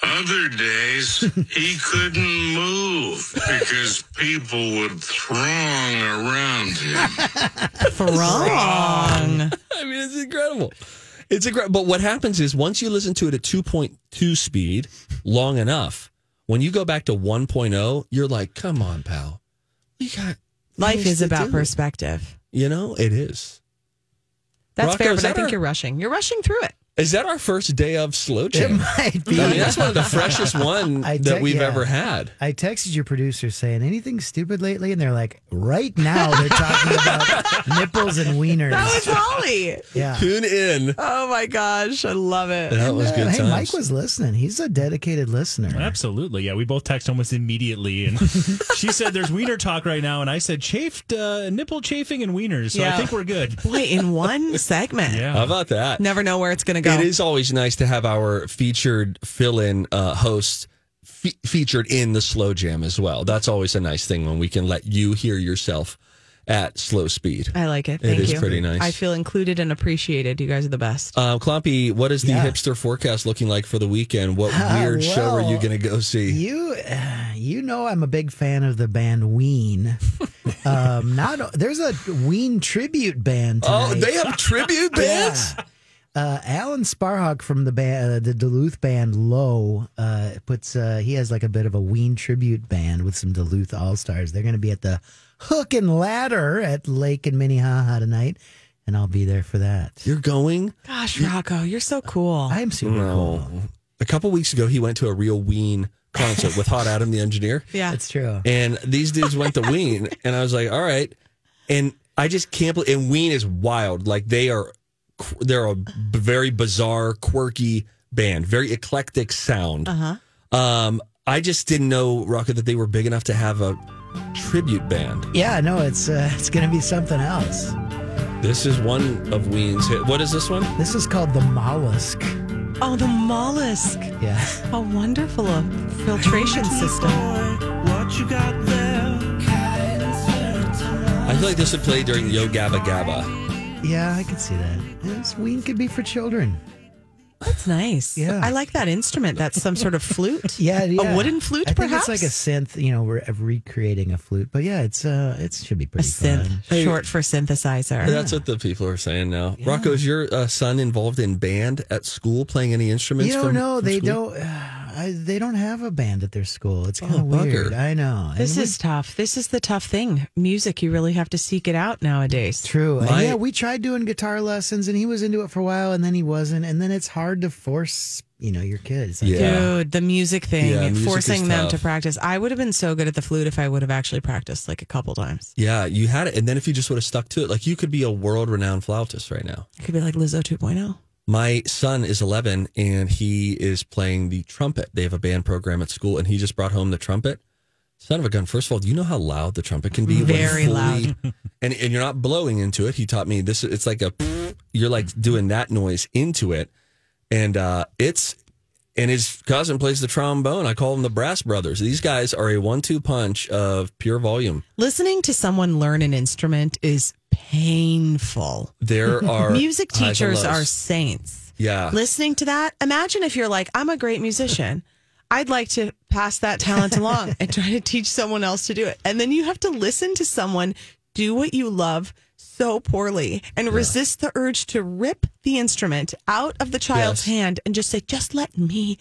Speaker 16: Other days he couldn't move because people would throng around him.
Speaker 2: Wrong.
Speaker 1: I mean, it's incredible. It's incredible. But what happens is once you listen to it at 2.2 speed long enough, when you go back to 1.0, you're like, come on, pal. We got
Speaker 2: Life
Speaker 1: things
Speaker 2: is
Speaker 1: to
Speaker 2: about
Speaker 1: do."
Speaker 2: perspective.
Speaker 1: You know, it is.
Speaker 2: That's
Speaker 1: Rocco,
Speaker 2: fair,
Speaker 1: is
Speaker 2: but
Speaker 1: that
Speaker 2: I think
Speaker 1: our-
Speaker 2: you're rushing. You're rushing through it.
Speaker 1: Is that our first day of slow jam?
Speaker 9: It might be.
Speaker 1: I mean, that's one of the freshest one
Speaker 9: I
Speaker 1: that
Speaker 9: te-
Speaker 1: we've
Speaker 9: yeah.
Speaker 1: ever had.
Speaker 9: I texted your producer saying anything stupid lately, and they're like, right now they're talking about nipples and wieners.
Speaker 2: That was Holly.
Speaker 9: yeah.
Speaker 1: Tune in.
Speaker 2: Oh my gosh, I love it.
Speaker 1: That was
Speaker 9: Yeah,
Speaker 1: good
Speaker 9: uh, hey,
Speaker 1: times.
Speaker 9: Mike was listening. He's a dedicated listener.
Speaker 3: Absolutely. Yeah, we both text almost immediately. And she said, There's wiener talk right now. And I said, Chafed, uh, nipple chafing and wieners. So
Speaker 2: Yeah.
Speaker 3: I think we're good.
Speaker 2: Boy, in one segment.
Speaker 1: How about that?
Speaker 2: Never know where it's going to go.
Speaker 1: It is always nice to have our featured fill-in uh, host fe- featured in the slow jam as well. That's always a nice thing when we can let you hear yourself at slow speed.
Speaker 2: I like it.
Speaker 1: It
Speaker 2: Thank
Speaker 1: is
Speaker 2: you.
Speaker 1: pretty nice.
Speaker 2: I feel included and appreciated. You guys are the best.
Speaker 1: Uh, Clompy, what is the
Speaker 9: Yeah.
Speaker 1: hipster forecast looking like for the weekend? What weird show are you
Speaker 9: well,
Speaker 1: going to go see?
Speaker 9: You, uh, you know, I'm a big fan of the band Ween. um, not there's a Ween tribute band.
Speaker 1: Oh,
Speaker 9: tonight.
Speaker 1: they have tribute bands?
Speaker 9: Uh, Alan Sparhawk from the band, uh, the Duluth band Low, uh, puts uh, he has like a bit of a Ween tribute band with some Duluth All Stars. They're going to be at the Hook and Ladder at Lake and Minnehaha tonight, and I'll be there for that.
Speaker 1: You're going?
Speaker 2: Gosh, Rocco, you're so cool.
Speaker 9: I'm super
Speaker 1: No.
Speaker 9: cool.
Speaker 1: A couple weeks ago, he went to a real Ween concert with Hot Adam the Engineer.
Speaker 2: yeah.
Speaker 9: It's true.
Speaker 1: and these dudes went to Ween, and I was like, all right. And I just can't believe. And Ween is wild. Like they are, they're a b- very bizarre, quirky band, very eclectic sound.
Speaker 2: Uh-huh.
Speaker 1: Um, I just didn't know Rocket that they were big enough to have a tribute band.
Speaker 9: Yeah, no, it's uh, it's going to be something else.
Speaker 1: This is one of Ween's hit. What is this one?
Speaker 9: This is called the mollusk.
Speaker 2: Oh, the mollusk.
Speaker 9: Yeah.
Speaker 2: A wonderful uh, filtration system.
Speaker 1: I feel like this would play during Yo Gabba Gabba.
Speaker 9: Yeah, I could see that. Yes, Ween could be for children.
Speaker 2: That's nice.
Speaker 9: Yeah.
Speaker 2: I like that instrument. That's some sort of flute.
Speaker 9: Yeah, yeah.
Speaker 2: A wooden flute,
Speaker 9: I think
Speaker 2: perhaps?
Speaker 9: it's like a synth. You know, we're uh, recreating a flute, but yeah, it's uh, it should be
Speaker 2: A
Speaker 9: pretty
Speaker 2: synth,
Speaker 9: fun.
Speaker 2: short for
Speaker 9: Ah.
Speaker 2: synthesizer.
Speaker 1: That's what the people are saying now. Rocco, is your uh, son involved in band at school, playing any instruments?
Speaker 9: You don't
Speaker 1: from-
Speaker 9: know
Speaker 1: from
Speaker 9: they
Speaker 1: school?
Speaker 9: don't. Uh, I, they don't have a band at their school. It's kind of
Speaker 1: Oh, bugger.
Speaker 9: weird. I know. And
Speaker 2: This
Speaker 9: we-
Speaker 2: is tough. This is the tough thing. Music, you really have to seek it out nowadays.
Speaker 9: true. And
Speaker 1: My-
Speaker 9: yeah, we tried doing guitar lessons, and he was into it for a while, and then he wasn't, and then it's hard to force you know your kids. Like,
Speaker 1: Yeah.
Speaker 2: Dude, the music thing,
Speaker 1: Yeah, music is
Speaker 2: forcing them
Speaker 1: tough.
Speaker 2: to practice. I would have been so good at the flute if I would have actually practiced like a couple times.
Speaker 1: Yeah, you had it. And then if you just would have stuck to it, like you could be a world renowned flautist right now.
Speaker 2: I could be like Lizzo oh. 2.0.
Speaker 1: My son is 11 and he is playing the trumpet. They have a band program at school and he just brought home the trumpet. Son of a gun. First of all, do you know how loud the trumpet can be? when
Speaker 2: Very
Speaker 1: fully-
Speaker 2: loud.
Speaker 1: And, and you're not blowing into it. He taught me this. It's like a, you're like doing that noise into it. And uh, it's, and his cousin plays the trombone. I call them the Brass Brothers. These guys are a one two punch of pure volume.
Speaker 2: Listening to someone learn an instrument is painful.
Speaker 1: There are
Speaker 2: Music
Speaker 1: highs and
Speaker 2: teachers
Speaker 1: lows.
Speaker 2: are saints.
Speaker 1: Yeah.
Speaker 2: Listening to that, imagine if you're like, I'm a great musician. I'd like to pass that talent along and try to teach someone else to do it. And then you have to listen to someone do what you love so poorly and resist the urge to rip the instrument out of the child's
Speaker 1: Yes.
Speaker 2: hand and just say, just let me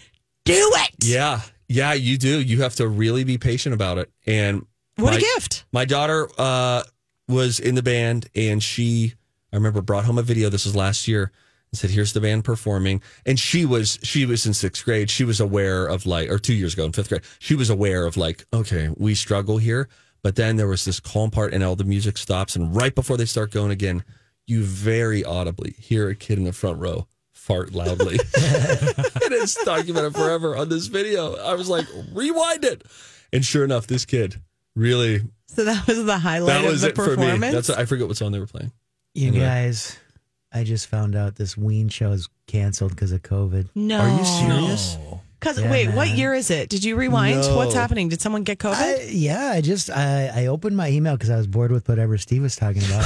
Speaker 2: do it.
Speaker 1: Yeah. Yeah, you do. You have to really be patient about it. And
Speaker 2: What
Speaker 1: my,
Speaker 2: a gift.
Speaker 1: My daughter uh, was in the band and she, I remember, brought home a video. This was last year and said, here's the band performing. And she was, she was in sixth grade. She was aware of like, or two years ago in fifth grade, she was aware of like, okay, we struggle here. But then there was this calm part and all the music stops. And right before they start going again, you very audibly hear a kid in the front row fart loudly. and it's documented forever on this video. I was like, rewind it. And sure enough, this kid really
Speaker 2: So that was the highlight
Speaker 1: that was
Speaker 2: of
Speaker 1: it
Speaker 2: the
Speaker 1: for me.
Speaker 2: performance.
Speaker 1: That's I forget what song they were playing.
Speaker 9: You
Speaker 1: Anyway.
Speaker 9: guys, I just found out this Ween show is canceled because of COVID.
Speaker 2: no.
Speaker 1: Are you serious?
Speaker 2: Because
Speaker 9: Yeah,
Speaker 2: wait, what
Speaker 9: man.
Speaker 2: year is it? Did you rewind?
Speaker 1: No.
Speaker 2: What's happening? Did someone get COVID?
Speaker 9: I, yeah, I just I, I opened my email because I was bored with whatever Steve was talking about.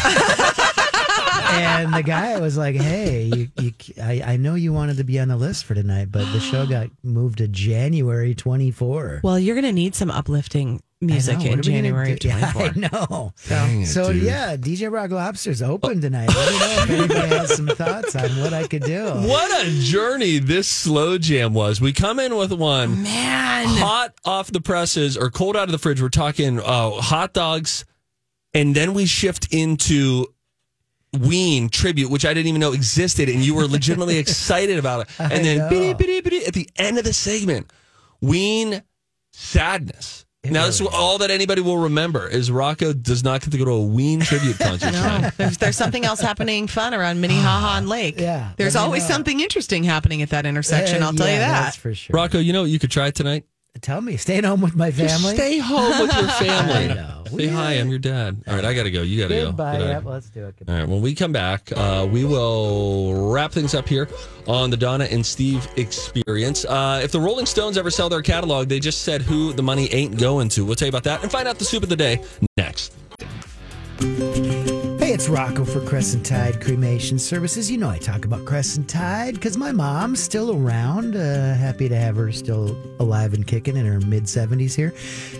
Speaker 9: and the guy was like, "Hey, you, you, I, I know you wanted to be on the list for tonight, but the show got moved to January 24."
Speaker 2: well, you're gonna need some uplifting music in January of 24.
Speaker 9: I know.
Speaker 1: Dang it,
Speaker 9: so
Speaker 1: dude.
Speaker 9: yeah, DJ Rock Lobster's open tonight. Let me know if anybody has some thoughts on what I could do.
Speaker 1: What a journey this slow jam was. We come in with one Oh, man hot off the presses or cold out of the fridge. We're talking uh, hot dogs, and then we shift into Ween tribute, which I didn't even know existed, and you were legitimately excited about it. And then biddy, biddy, biddy, at the end of the segment, Ween sadness. now, this is all that anybody will remember is Rocco does not get to go to a Ween tribute concert. tonight.
Speaker 2: There's, there's something else happening fun around Minnehaha Lake. Yeah. There's
Speaker 9: let me
Speaker 2: always
Speaker 9: know. Uh,
Speaker 2: something interesting happening at that intersection. I'll tell you that.
Speaker 9: That's for sure.
Speaker 1: Rocco, you know what you could try tonight?
Speaker 9: Tell me, staying home with my
Speaker 1: Just
Speaker 9: family.
Speaker 1: stay home with your family.
Speaker 9: I know.
Speaker 1: Say hi, I'm your dad. All right, I gotta go. You gotta
Speaker 9: Goodbye.
Speaker 1: go. Get out of
Speaker 9: Yep,
Speaker 1: here.
Speaker 9: let's do it.
Speaker 1: All right, when we come back, uh, we will wrap things up here on the Donna and Steve experience. Uh, if the Rolling Stones ever sell their catalog, they just said who the money ain't going to. We'll tell you about that and find out the soup of the day next.
Speaker 9: Hey, it's Rocco for Crescent Tide Cremation Services. You know I talk about Crescent Tide because my mom's still around. Uh, happy to have her still alive and kicking in her mid 70s here.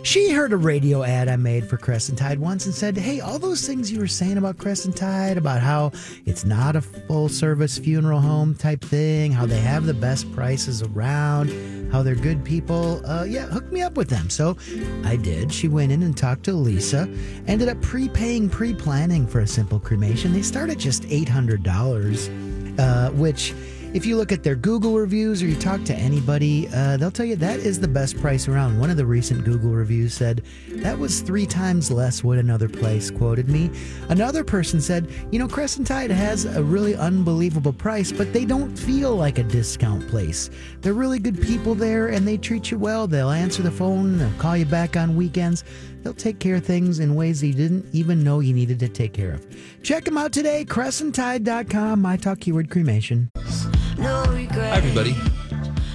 Speaker 9: She heard a radio ad I made for Crescent Tide once and said, Hey, all those things you were saying about Crescent Tide, about how it's not a full service funeral home type thing, how they have the best prices around, how they're good people, uh, yeah, hook me up with them. So I did. She went in and talked to Lisa, ended up prepaying, pre planning for a simple cremation. They start at just $800, uh, which, if you look at their Google reviews or you talk to anybody, uh, they'll tell you that is the best price around. One of the recent Google reviews said, that was three times less what another place quoted me. Another person said, you know, Crescent Tide has a really unbelievable price, but they don't feel like a discount place. They're really good people there and they treat you well. They'll answer the phone, they'll call you back on weekends. They'll take care of things in ways that you didn't even know you needed to take care of. Check them out today, crescenttide.com, my talk keyword cremation.
Speaker 1: Hi, everybody.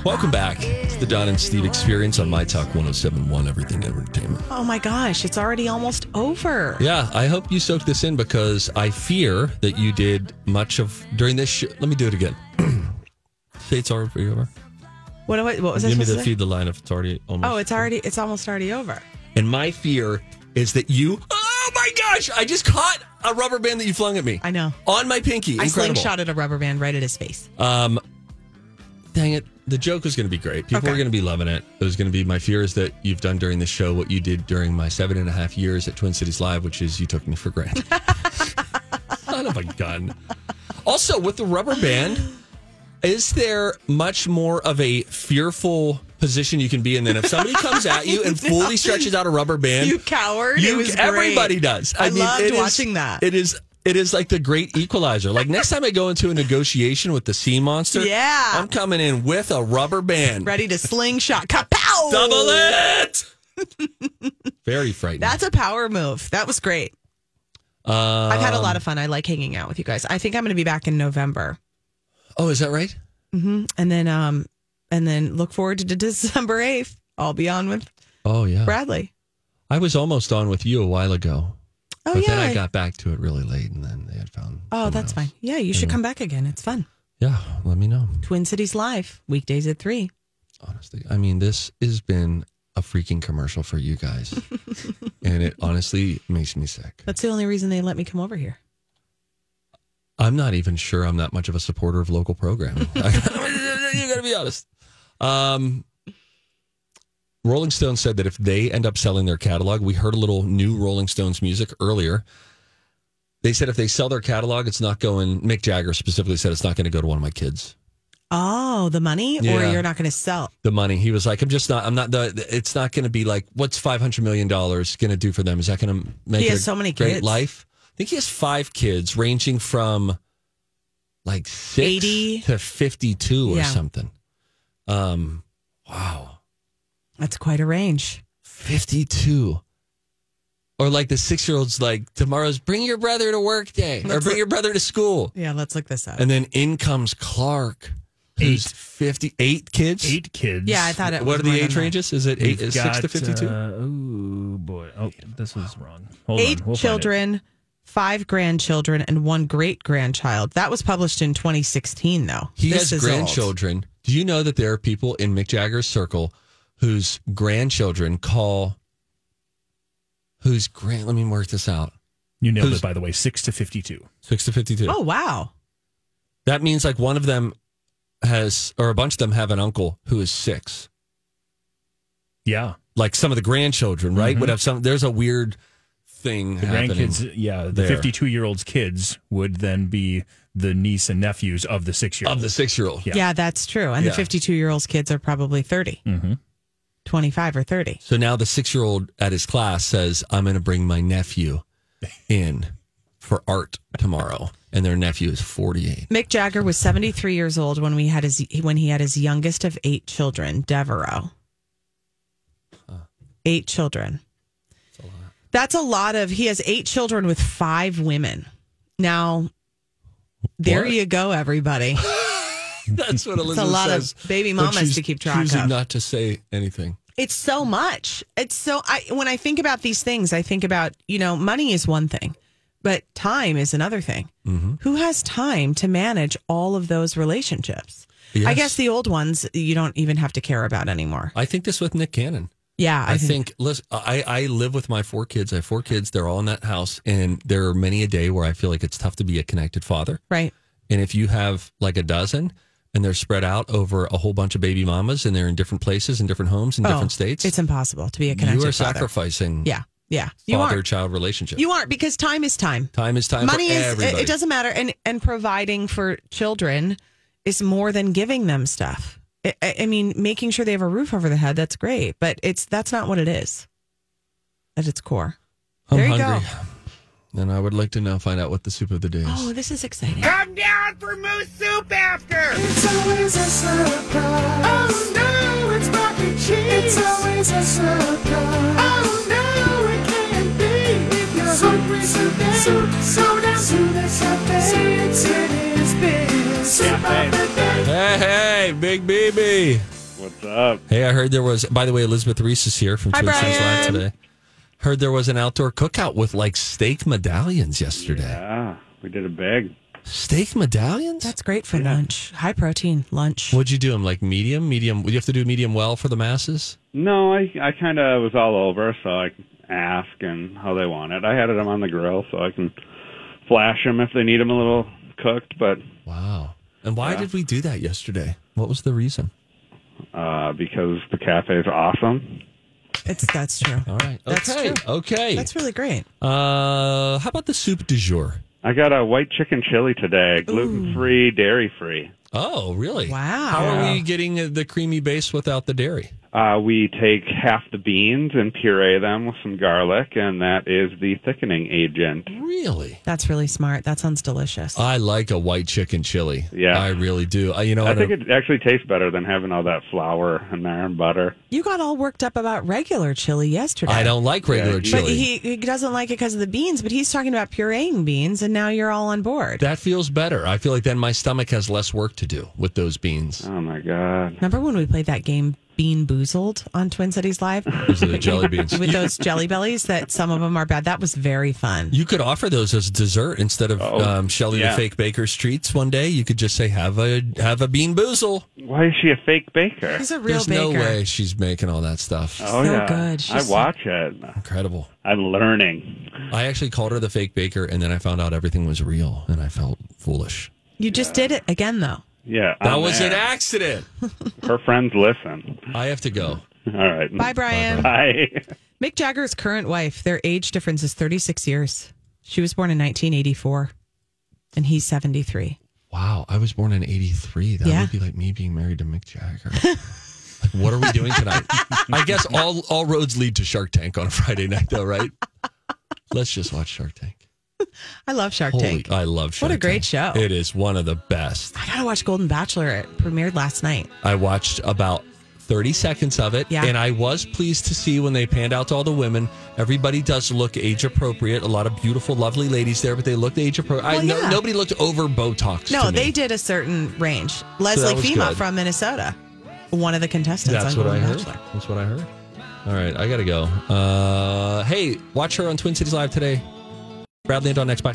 Speaker 1: Welcome back. It's the Don and Steve experience on My Talk 1071 Everything Entertainment.
Speaker 2: Oh my gosh, it's already almost over.
Speaker 1: Yeah, I hope you soaked this in because I fear that you did much of during this. Sh- Let me do it again. Say it's already over.
Speaker 2: What, do I- what was I
Speaker 1: Give me
Speaker 2: supposed
Speaker 1: the
Speaker 2: to say?
Speaker 1: feed the line if it's already almost.
Speaker 2: Oh, it's already it's almost already over.
Speaker 1: And my fear is that you. Oh my gosh! I just caught a rubber band that you flung at me. I
Speaker 2: know.
Speaker 1: On my pinky.
Speaker 2: I
Speaker 1: Incredible.
Speaker 2: slingshotted a rubber band right at his face.
Speaker 1: Um, dang it. The joke was going to be great. People were going to be loving it. It was going to be my fear is that you've done during the show what you did during my seven and a half years at Twin Cities Live, which is you took me for granted. Son of a gun. Also, with the rubber band, is there much more of a fearful position you can be in than if somebody comes at you and
Speaker 2: I know.
Speaker 1: fully stretches out a rubber band?
Speaker 2: You coward. It was great.
Speaker 1: everybody does.
Speaker 2: I, loved
Speaker 1: it is-
Speaker 2: watching that.
Speaker 1: It is it is like the great equalizer. Like next time I go into a negotiation with the sea monster,
Speaker 2: Yeah.
Speaker 1: I'm coming in with a rubber band.
Speaker 2: Ready to slingshot. Kapow!
Speaker 1: Double it. Very frightening.
Speaker 2: That's a power move. That was great.
Speaker 1: Uh,
Speaker 2: I've had a lot of fun. I like hanging out with you guys. I think I'm going to be back in November.
Speaker 1: Oh, is that right?
Speaker 2: hmm And then, um, and then look forward to December 8th. I'll be on with
Speaker 1: Oh yeah.
Speaker 2: Bradley.
Speaker 1: I was almost on with you a while ago.
Speaker 2: Oh,
Speaker 1: but then
Speaker 2: yeah.
Speaker 1: I got back to it really late and then they had found
Speaker 2: Oh, that's fine. Yeah, you should come back again. It's fun.
Speaker 1: Yeah, let me know.
Speaker 2: Twin Cities Live, weekdays at three.
Speaker 1: Honestly. I mean, this has been a freaking commercial for you guys. and it honestly makes me sick.
Speaker 2: That's the only reason they let me come over here.
Speaker 1: I'm not even sure I'm that much of a supporter of local programming. you got to be honest. Um, Rolling Stones said that if they end up selling their catalog, we heard a little new Rolling Stones music earlier. They said if they sell their catalog, it's not going. Mick Jagger specifically said it's not going to go to one of my kids.
Speaker 2: Oh, the money, or
Speaker 1: Yeah.
Speaker 2: you're not going to sell.
Speaker 1: The money he was like, I'm just not. I'm not the. It's not going to be like what's 500 million dollars going to do for them? Is that going to make
Speaker 2: He has
Speaker 1: a
Speaker 2: so many
Speaker 1: great
Speaker 2: kids.
Speaker 1: life? I think he has five kids, ranging from like six
Speaker 2: 80.
Speaker 1: to 52 or
Speaker 2: Yeah.
Speaker 1: something. Um, wow,
Speaker 2: That's quite a range.
Speaker 1: 52. Or like the six year olds, like tomorrow's bring your brother to work day or
Speaker 2: That's
Speaker 1: bring
Speaker 2: a-
Speaker 1: your brother to school.
Speaker 2: Yeah, let's look this up.
Speaker 1: And then in comes Clark. Who's 58 kids? Eight
Speaker 3: kids.
Speaker 2: Yeah, I thought it
Speaker 1: What
Speaker 2: was
Speaker 1: are the
Speaker 2: more
Speaker 1: age
Speaker 2: than that.
Speaker 1: ranges? Is it eight,
Speaker 3: We've
Speaker 1: is
Speaker 3: got,
Speaker 1: six to 52?
Speaker 3: Uh, oh boy. Oh, this was wrong. Hold
Speaker 2: Eight
Speaker 3: on. We'll find it.
Speaker 2: children, five grandchildren, and one great grandchild. That was published in 2016, though.
Speaker 1: He
Speaker 2: This
Speaker 1: has
Speaker 2: is old.
Speaker 1: grandchildren. Do you know that there are people in Mick Jagger's circle whose grandchildren call whose grand let me work this out.
Speaker 3: You nailed
Speaker 1: Who's-
Speaker 3: it, by the way. Six to fifty-two.
Speaker 1: Six to fifty two.
Speaker 2: Oh, wow.
Speaker 1: That means like one of them has or a bunch of them have an uncle who is six.
Speaker 3: Yeah.
Speaker 2: Mm-hmm.
Speaker 1: Like some of the grandchildren, right? Would have some there's a weird thing
Speaker 3: The
Speaker 1: happening
Speaker 3: grandkids, yeah, the
Speaker 1: there.
Speaker 3: 52 year old's kids would then be the niece and nephews of the six year old. Of
Speaker 1: the six year old.
Speaker 2: Yeah, that's true. And
Speaker 1: Yeah.
Speaker 2: the 52 year old's kids are probably 30,
Speaker 1: Mm-hmm.
Speaker 2: 25 or 30.
Speaker 1: So now the six year old at his class says, I'm going to bring my nephew in for art tomorrow. And their nephew is 48.
Speaker 2: Mick Jagger was 73 years old when we had his when he had his youngest of eight children, Devereaux. Eight children. That's a lot of. He has eight children with five women. Now, there
Speaker 1: What?
Speaker 2: you go, everybody.
Speaker 1: That's what
Speaker 2: It's a
Speaker 1: Elizabeth
Speaker 2: lot of
Speaker 1: says.
Speaker 2: baby
Speaker 1: but
Speaker 2: mamas
Speaker 1: she's
Speaker 2: to keep track
Speaker 1: choosing
Speaker 2: of.
Speaker 1: not to say anything.
Speaker 2: It's so much. It's so I when I think about these things, I think about, you know, money is one thing, but time is another thing.
Speaker 1: Mm-hmm.
Speaker 2: Who has time to manage all of those relationships? I
Speaker 1: Yes.
Speaker 2: guess the old ones you don't even have to care about anymore.
Speaker 1: I think this with Nick Cannon.
Speaker 2: Yeah,
Speaker 1: I think. Listen, I I live with my four kids. I have four kids. They're all in that house, and there are many a day where I feel like it's tough to be a connected father.
Speaker 2: Right.
Speaker 1: And if you have like a dozen, and they're spread out over a whole bunch of baby mamas, and they're in different places, in different homes, in
Speaker 2: Oh,
Speaker 1: different states,
Speaker 2: It's impossible to be a connected
Speaker 1: you are
Speaker 2: father.
Speaker 1: sacrificing.
Speaker 2: Yeah. Yeah. You
Speaker 1: Father
Speaker 2: aren't.
Speaker 1: child relationship.
Speaker 2: You aren't because time is time.
Speaker 1: time is time.
Speaker 2: Money
Speaker 1: for
Speaker 2: is it,
Speaker 1: everybody.
Speaker 2: it doesn't matter and and providing for children is more than giving them stuff. I, I I mean, making sure they have a roof over their head, that's great, but it's that's not what it is. At its core.
Speaker 1: I'm
Speaker 2: there you
Speaker 1: hungry.
Speaker 2: go.
Speaker 1: And I would like to now find out what the soup of the day is.
Speaker 2: Oh, this is exciting.
Speaker 12: Come down for moose soup after. It's always a surprise. Oh no, it's mac and cheese. It's always a surprise. Oh no, it can't be. If you're hungry, soup, soup, so down to the cafe. Since it is big, soup of the day.
Speaker 1: Hey, hey, Big BB.
Speaker 17: What's up?
Speaker 1: Hey, I heard there was, by the way, Elizabeth Reese is here from
Speaker 17: Hi,
Speaker 1: Twin Cities Live
Speaker 17: Brian.
Speaker 1: today. Heard there was an outdoor cookout with like steak medallions yesterday.
Speaker 17: Yeah, we did a big.
Speaker 1: Steak medallions?
Speaker 2: That's great for lunch. High protein lunch.
Speaker 1: What'd you do them? Like medium? Medium? Would you have to do medium well for the masses?
Speaker 17: No, I I kind of was all over, so I can ask and how they want it. I had them on the grill, so I can flash them if they need them a little cooked. But
Speaker 1: Wow. And why
Speaker 17: Yeah.
Speaker 1: did we do that yesterday? What was the reason?
Speaker 17: uh, because the cafe's awesome,
Speaker 2: It's that's true.
Speaker 1: All right.
Speaker 2: That's
Speaker 1: okay.
Speaker 2: true.
Speaker 1: Okay.
Speaker 2: That's really great.
Speaker 1: Uh, how about the soup du jour?
Speaker 17: I got a white chicken chili today, gluten free, dairy free.
Speaker 1: Oh, really? Wow.
Speaker 2: Wow.
Speaker 1: How are we getting the creamy base without the dairy?
Speaker 17: Uh, we take half the beans and puree them with some garlic, and that is the thickening agent.
Speaker 1: Really?
Speaker 2: That's really smart. That sounds delicious.
Speaker 1: I like a white chicken chili.
Speaker 17: Yeah.
Speaker 1: I really do. I, you know,
Speaker 17: I
Speaker 1: and
Speaker 17: think
Speaker 1: a-
Speaker 17: it actually tastes better than having all that flour in there and butter.
Speaker 2: You got all worked up about regular chili yesterday.
Speaker 1: I don't like regular
Speaker 17: Yeah,
Speaker 1: chili.
Speaker 2: But he, he doesn't like it because of the beans, but he's talking about pureeing beans, and now you're all on board.
Speaker 1: That feels better. I feel like then my stomach has less work to do with those beans.
Speaker 17: Oh my god!
Speaker 2: Remember when we played that game Bean Boozled on Twin Cities Live?
Speaker 1: Those are the jelly beans.
Speaker 2: With those jelly bellies that some of them are bad. That was very fun.
Speaker 1: You could offer those as dessert instead of um, Shelly
Speaker 17: yeah.
Speaker 1: the fake baker's treats. One day you could just say have a have a bean boozle.
Speaker 17: Why is she a fake baker?
Speaker 2: He's a real
Speaker 1: There's
Speaker 2: baker.
Speaker 1: no way she's making all that stuff.
Speaker 17: Oh
Speaker 2: so
Speaker 17: yeah,
Speaker 2: good. She's
Speaker 17: I
Speaker 2: so-
Speaker 17: watch it.
Speaker 1: Incredible.
Speaker 17: I'm learning.
Speaker 1: I actually called her the fake baker, and then I found out everything was real, and I felt foolish.
Speaker 2: You just did it again, though.
Speaker 17: Yeah,
Speaker 1: That
Speaker 17: I'm
Speaker 1: was
Speaker 17: there.
Speaker 1: an accident.
Speaker 17: Her friends listen.
Speaker 1: I have to go.
Speaker 17: All right.
Speaker 2: Bye, Brian.
Speaker 17: Bye.
Speaker 2: Mick Jagger's current wife, their age difference is 36 years. She was born in 1984, and he's 73.
Speaker 1: Wow, I was born in '83. That
Speaker 2: Yeah.
Speaker 1: would be like me being married to Mick Jagger. like, what are we doing tonight? I guess all all roads lead to Shark Tank on a Friday night, though, right? Let's just watch Shark Tank.
Speaker 2: I love Shark
Speaker 1: Holy,
Speaker 2: Tank.
Speaker 1: I love Shark
Speaker 2: What a
Speaker 1: Tank.
Speaker 2: great show.
Speaker 1: It is one of the best.
Speaker 2: I got to watch Golden Bachelor. It premiered last night.
Speaker 1: I watched about 30 seconds of it,
Speaker 2: Yeah.
Speaker 1: and I was pleased to see when they panned out to all the women. Everybody does look age appropriate. A lot of beautiful, lovely ladies there, but they looked age appropriate.
Speaker 2: Well, yeah.
Speaker 1: nobody looked over Botox.
Speaker 2: No,
Speaker 1: to me.
Speaker 2: they did a certain range. Leslie
Speaker 1: that was
Speaker 2: Fema
Speaker 1: good.
Speaker 2: from Minnesota, one of the contestants
Speaker 1: That's
Speaker 2: on
Speaker 1: what I
Speaker 2: Golden
Speaker 1: heard.
Speaker 2: Bachelor.
Speaker 1: That's what I heard. All right, I gotta go. Uh, hey, watch her on Twin Cities Live today. Bradley and Dawn next. Bye.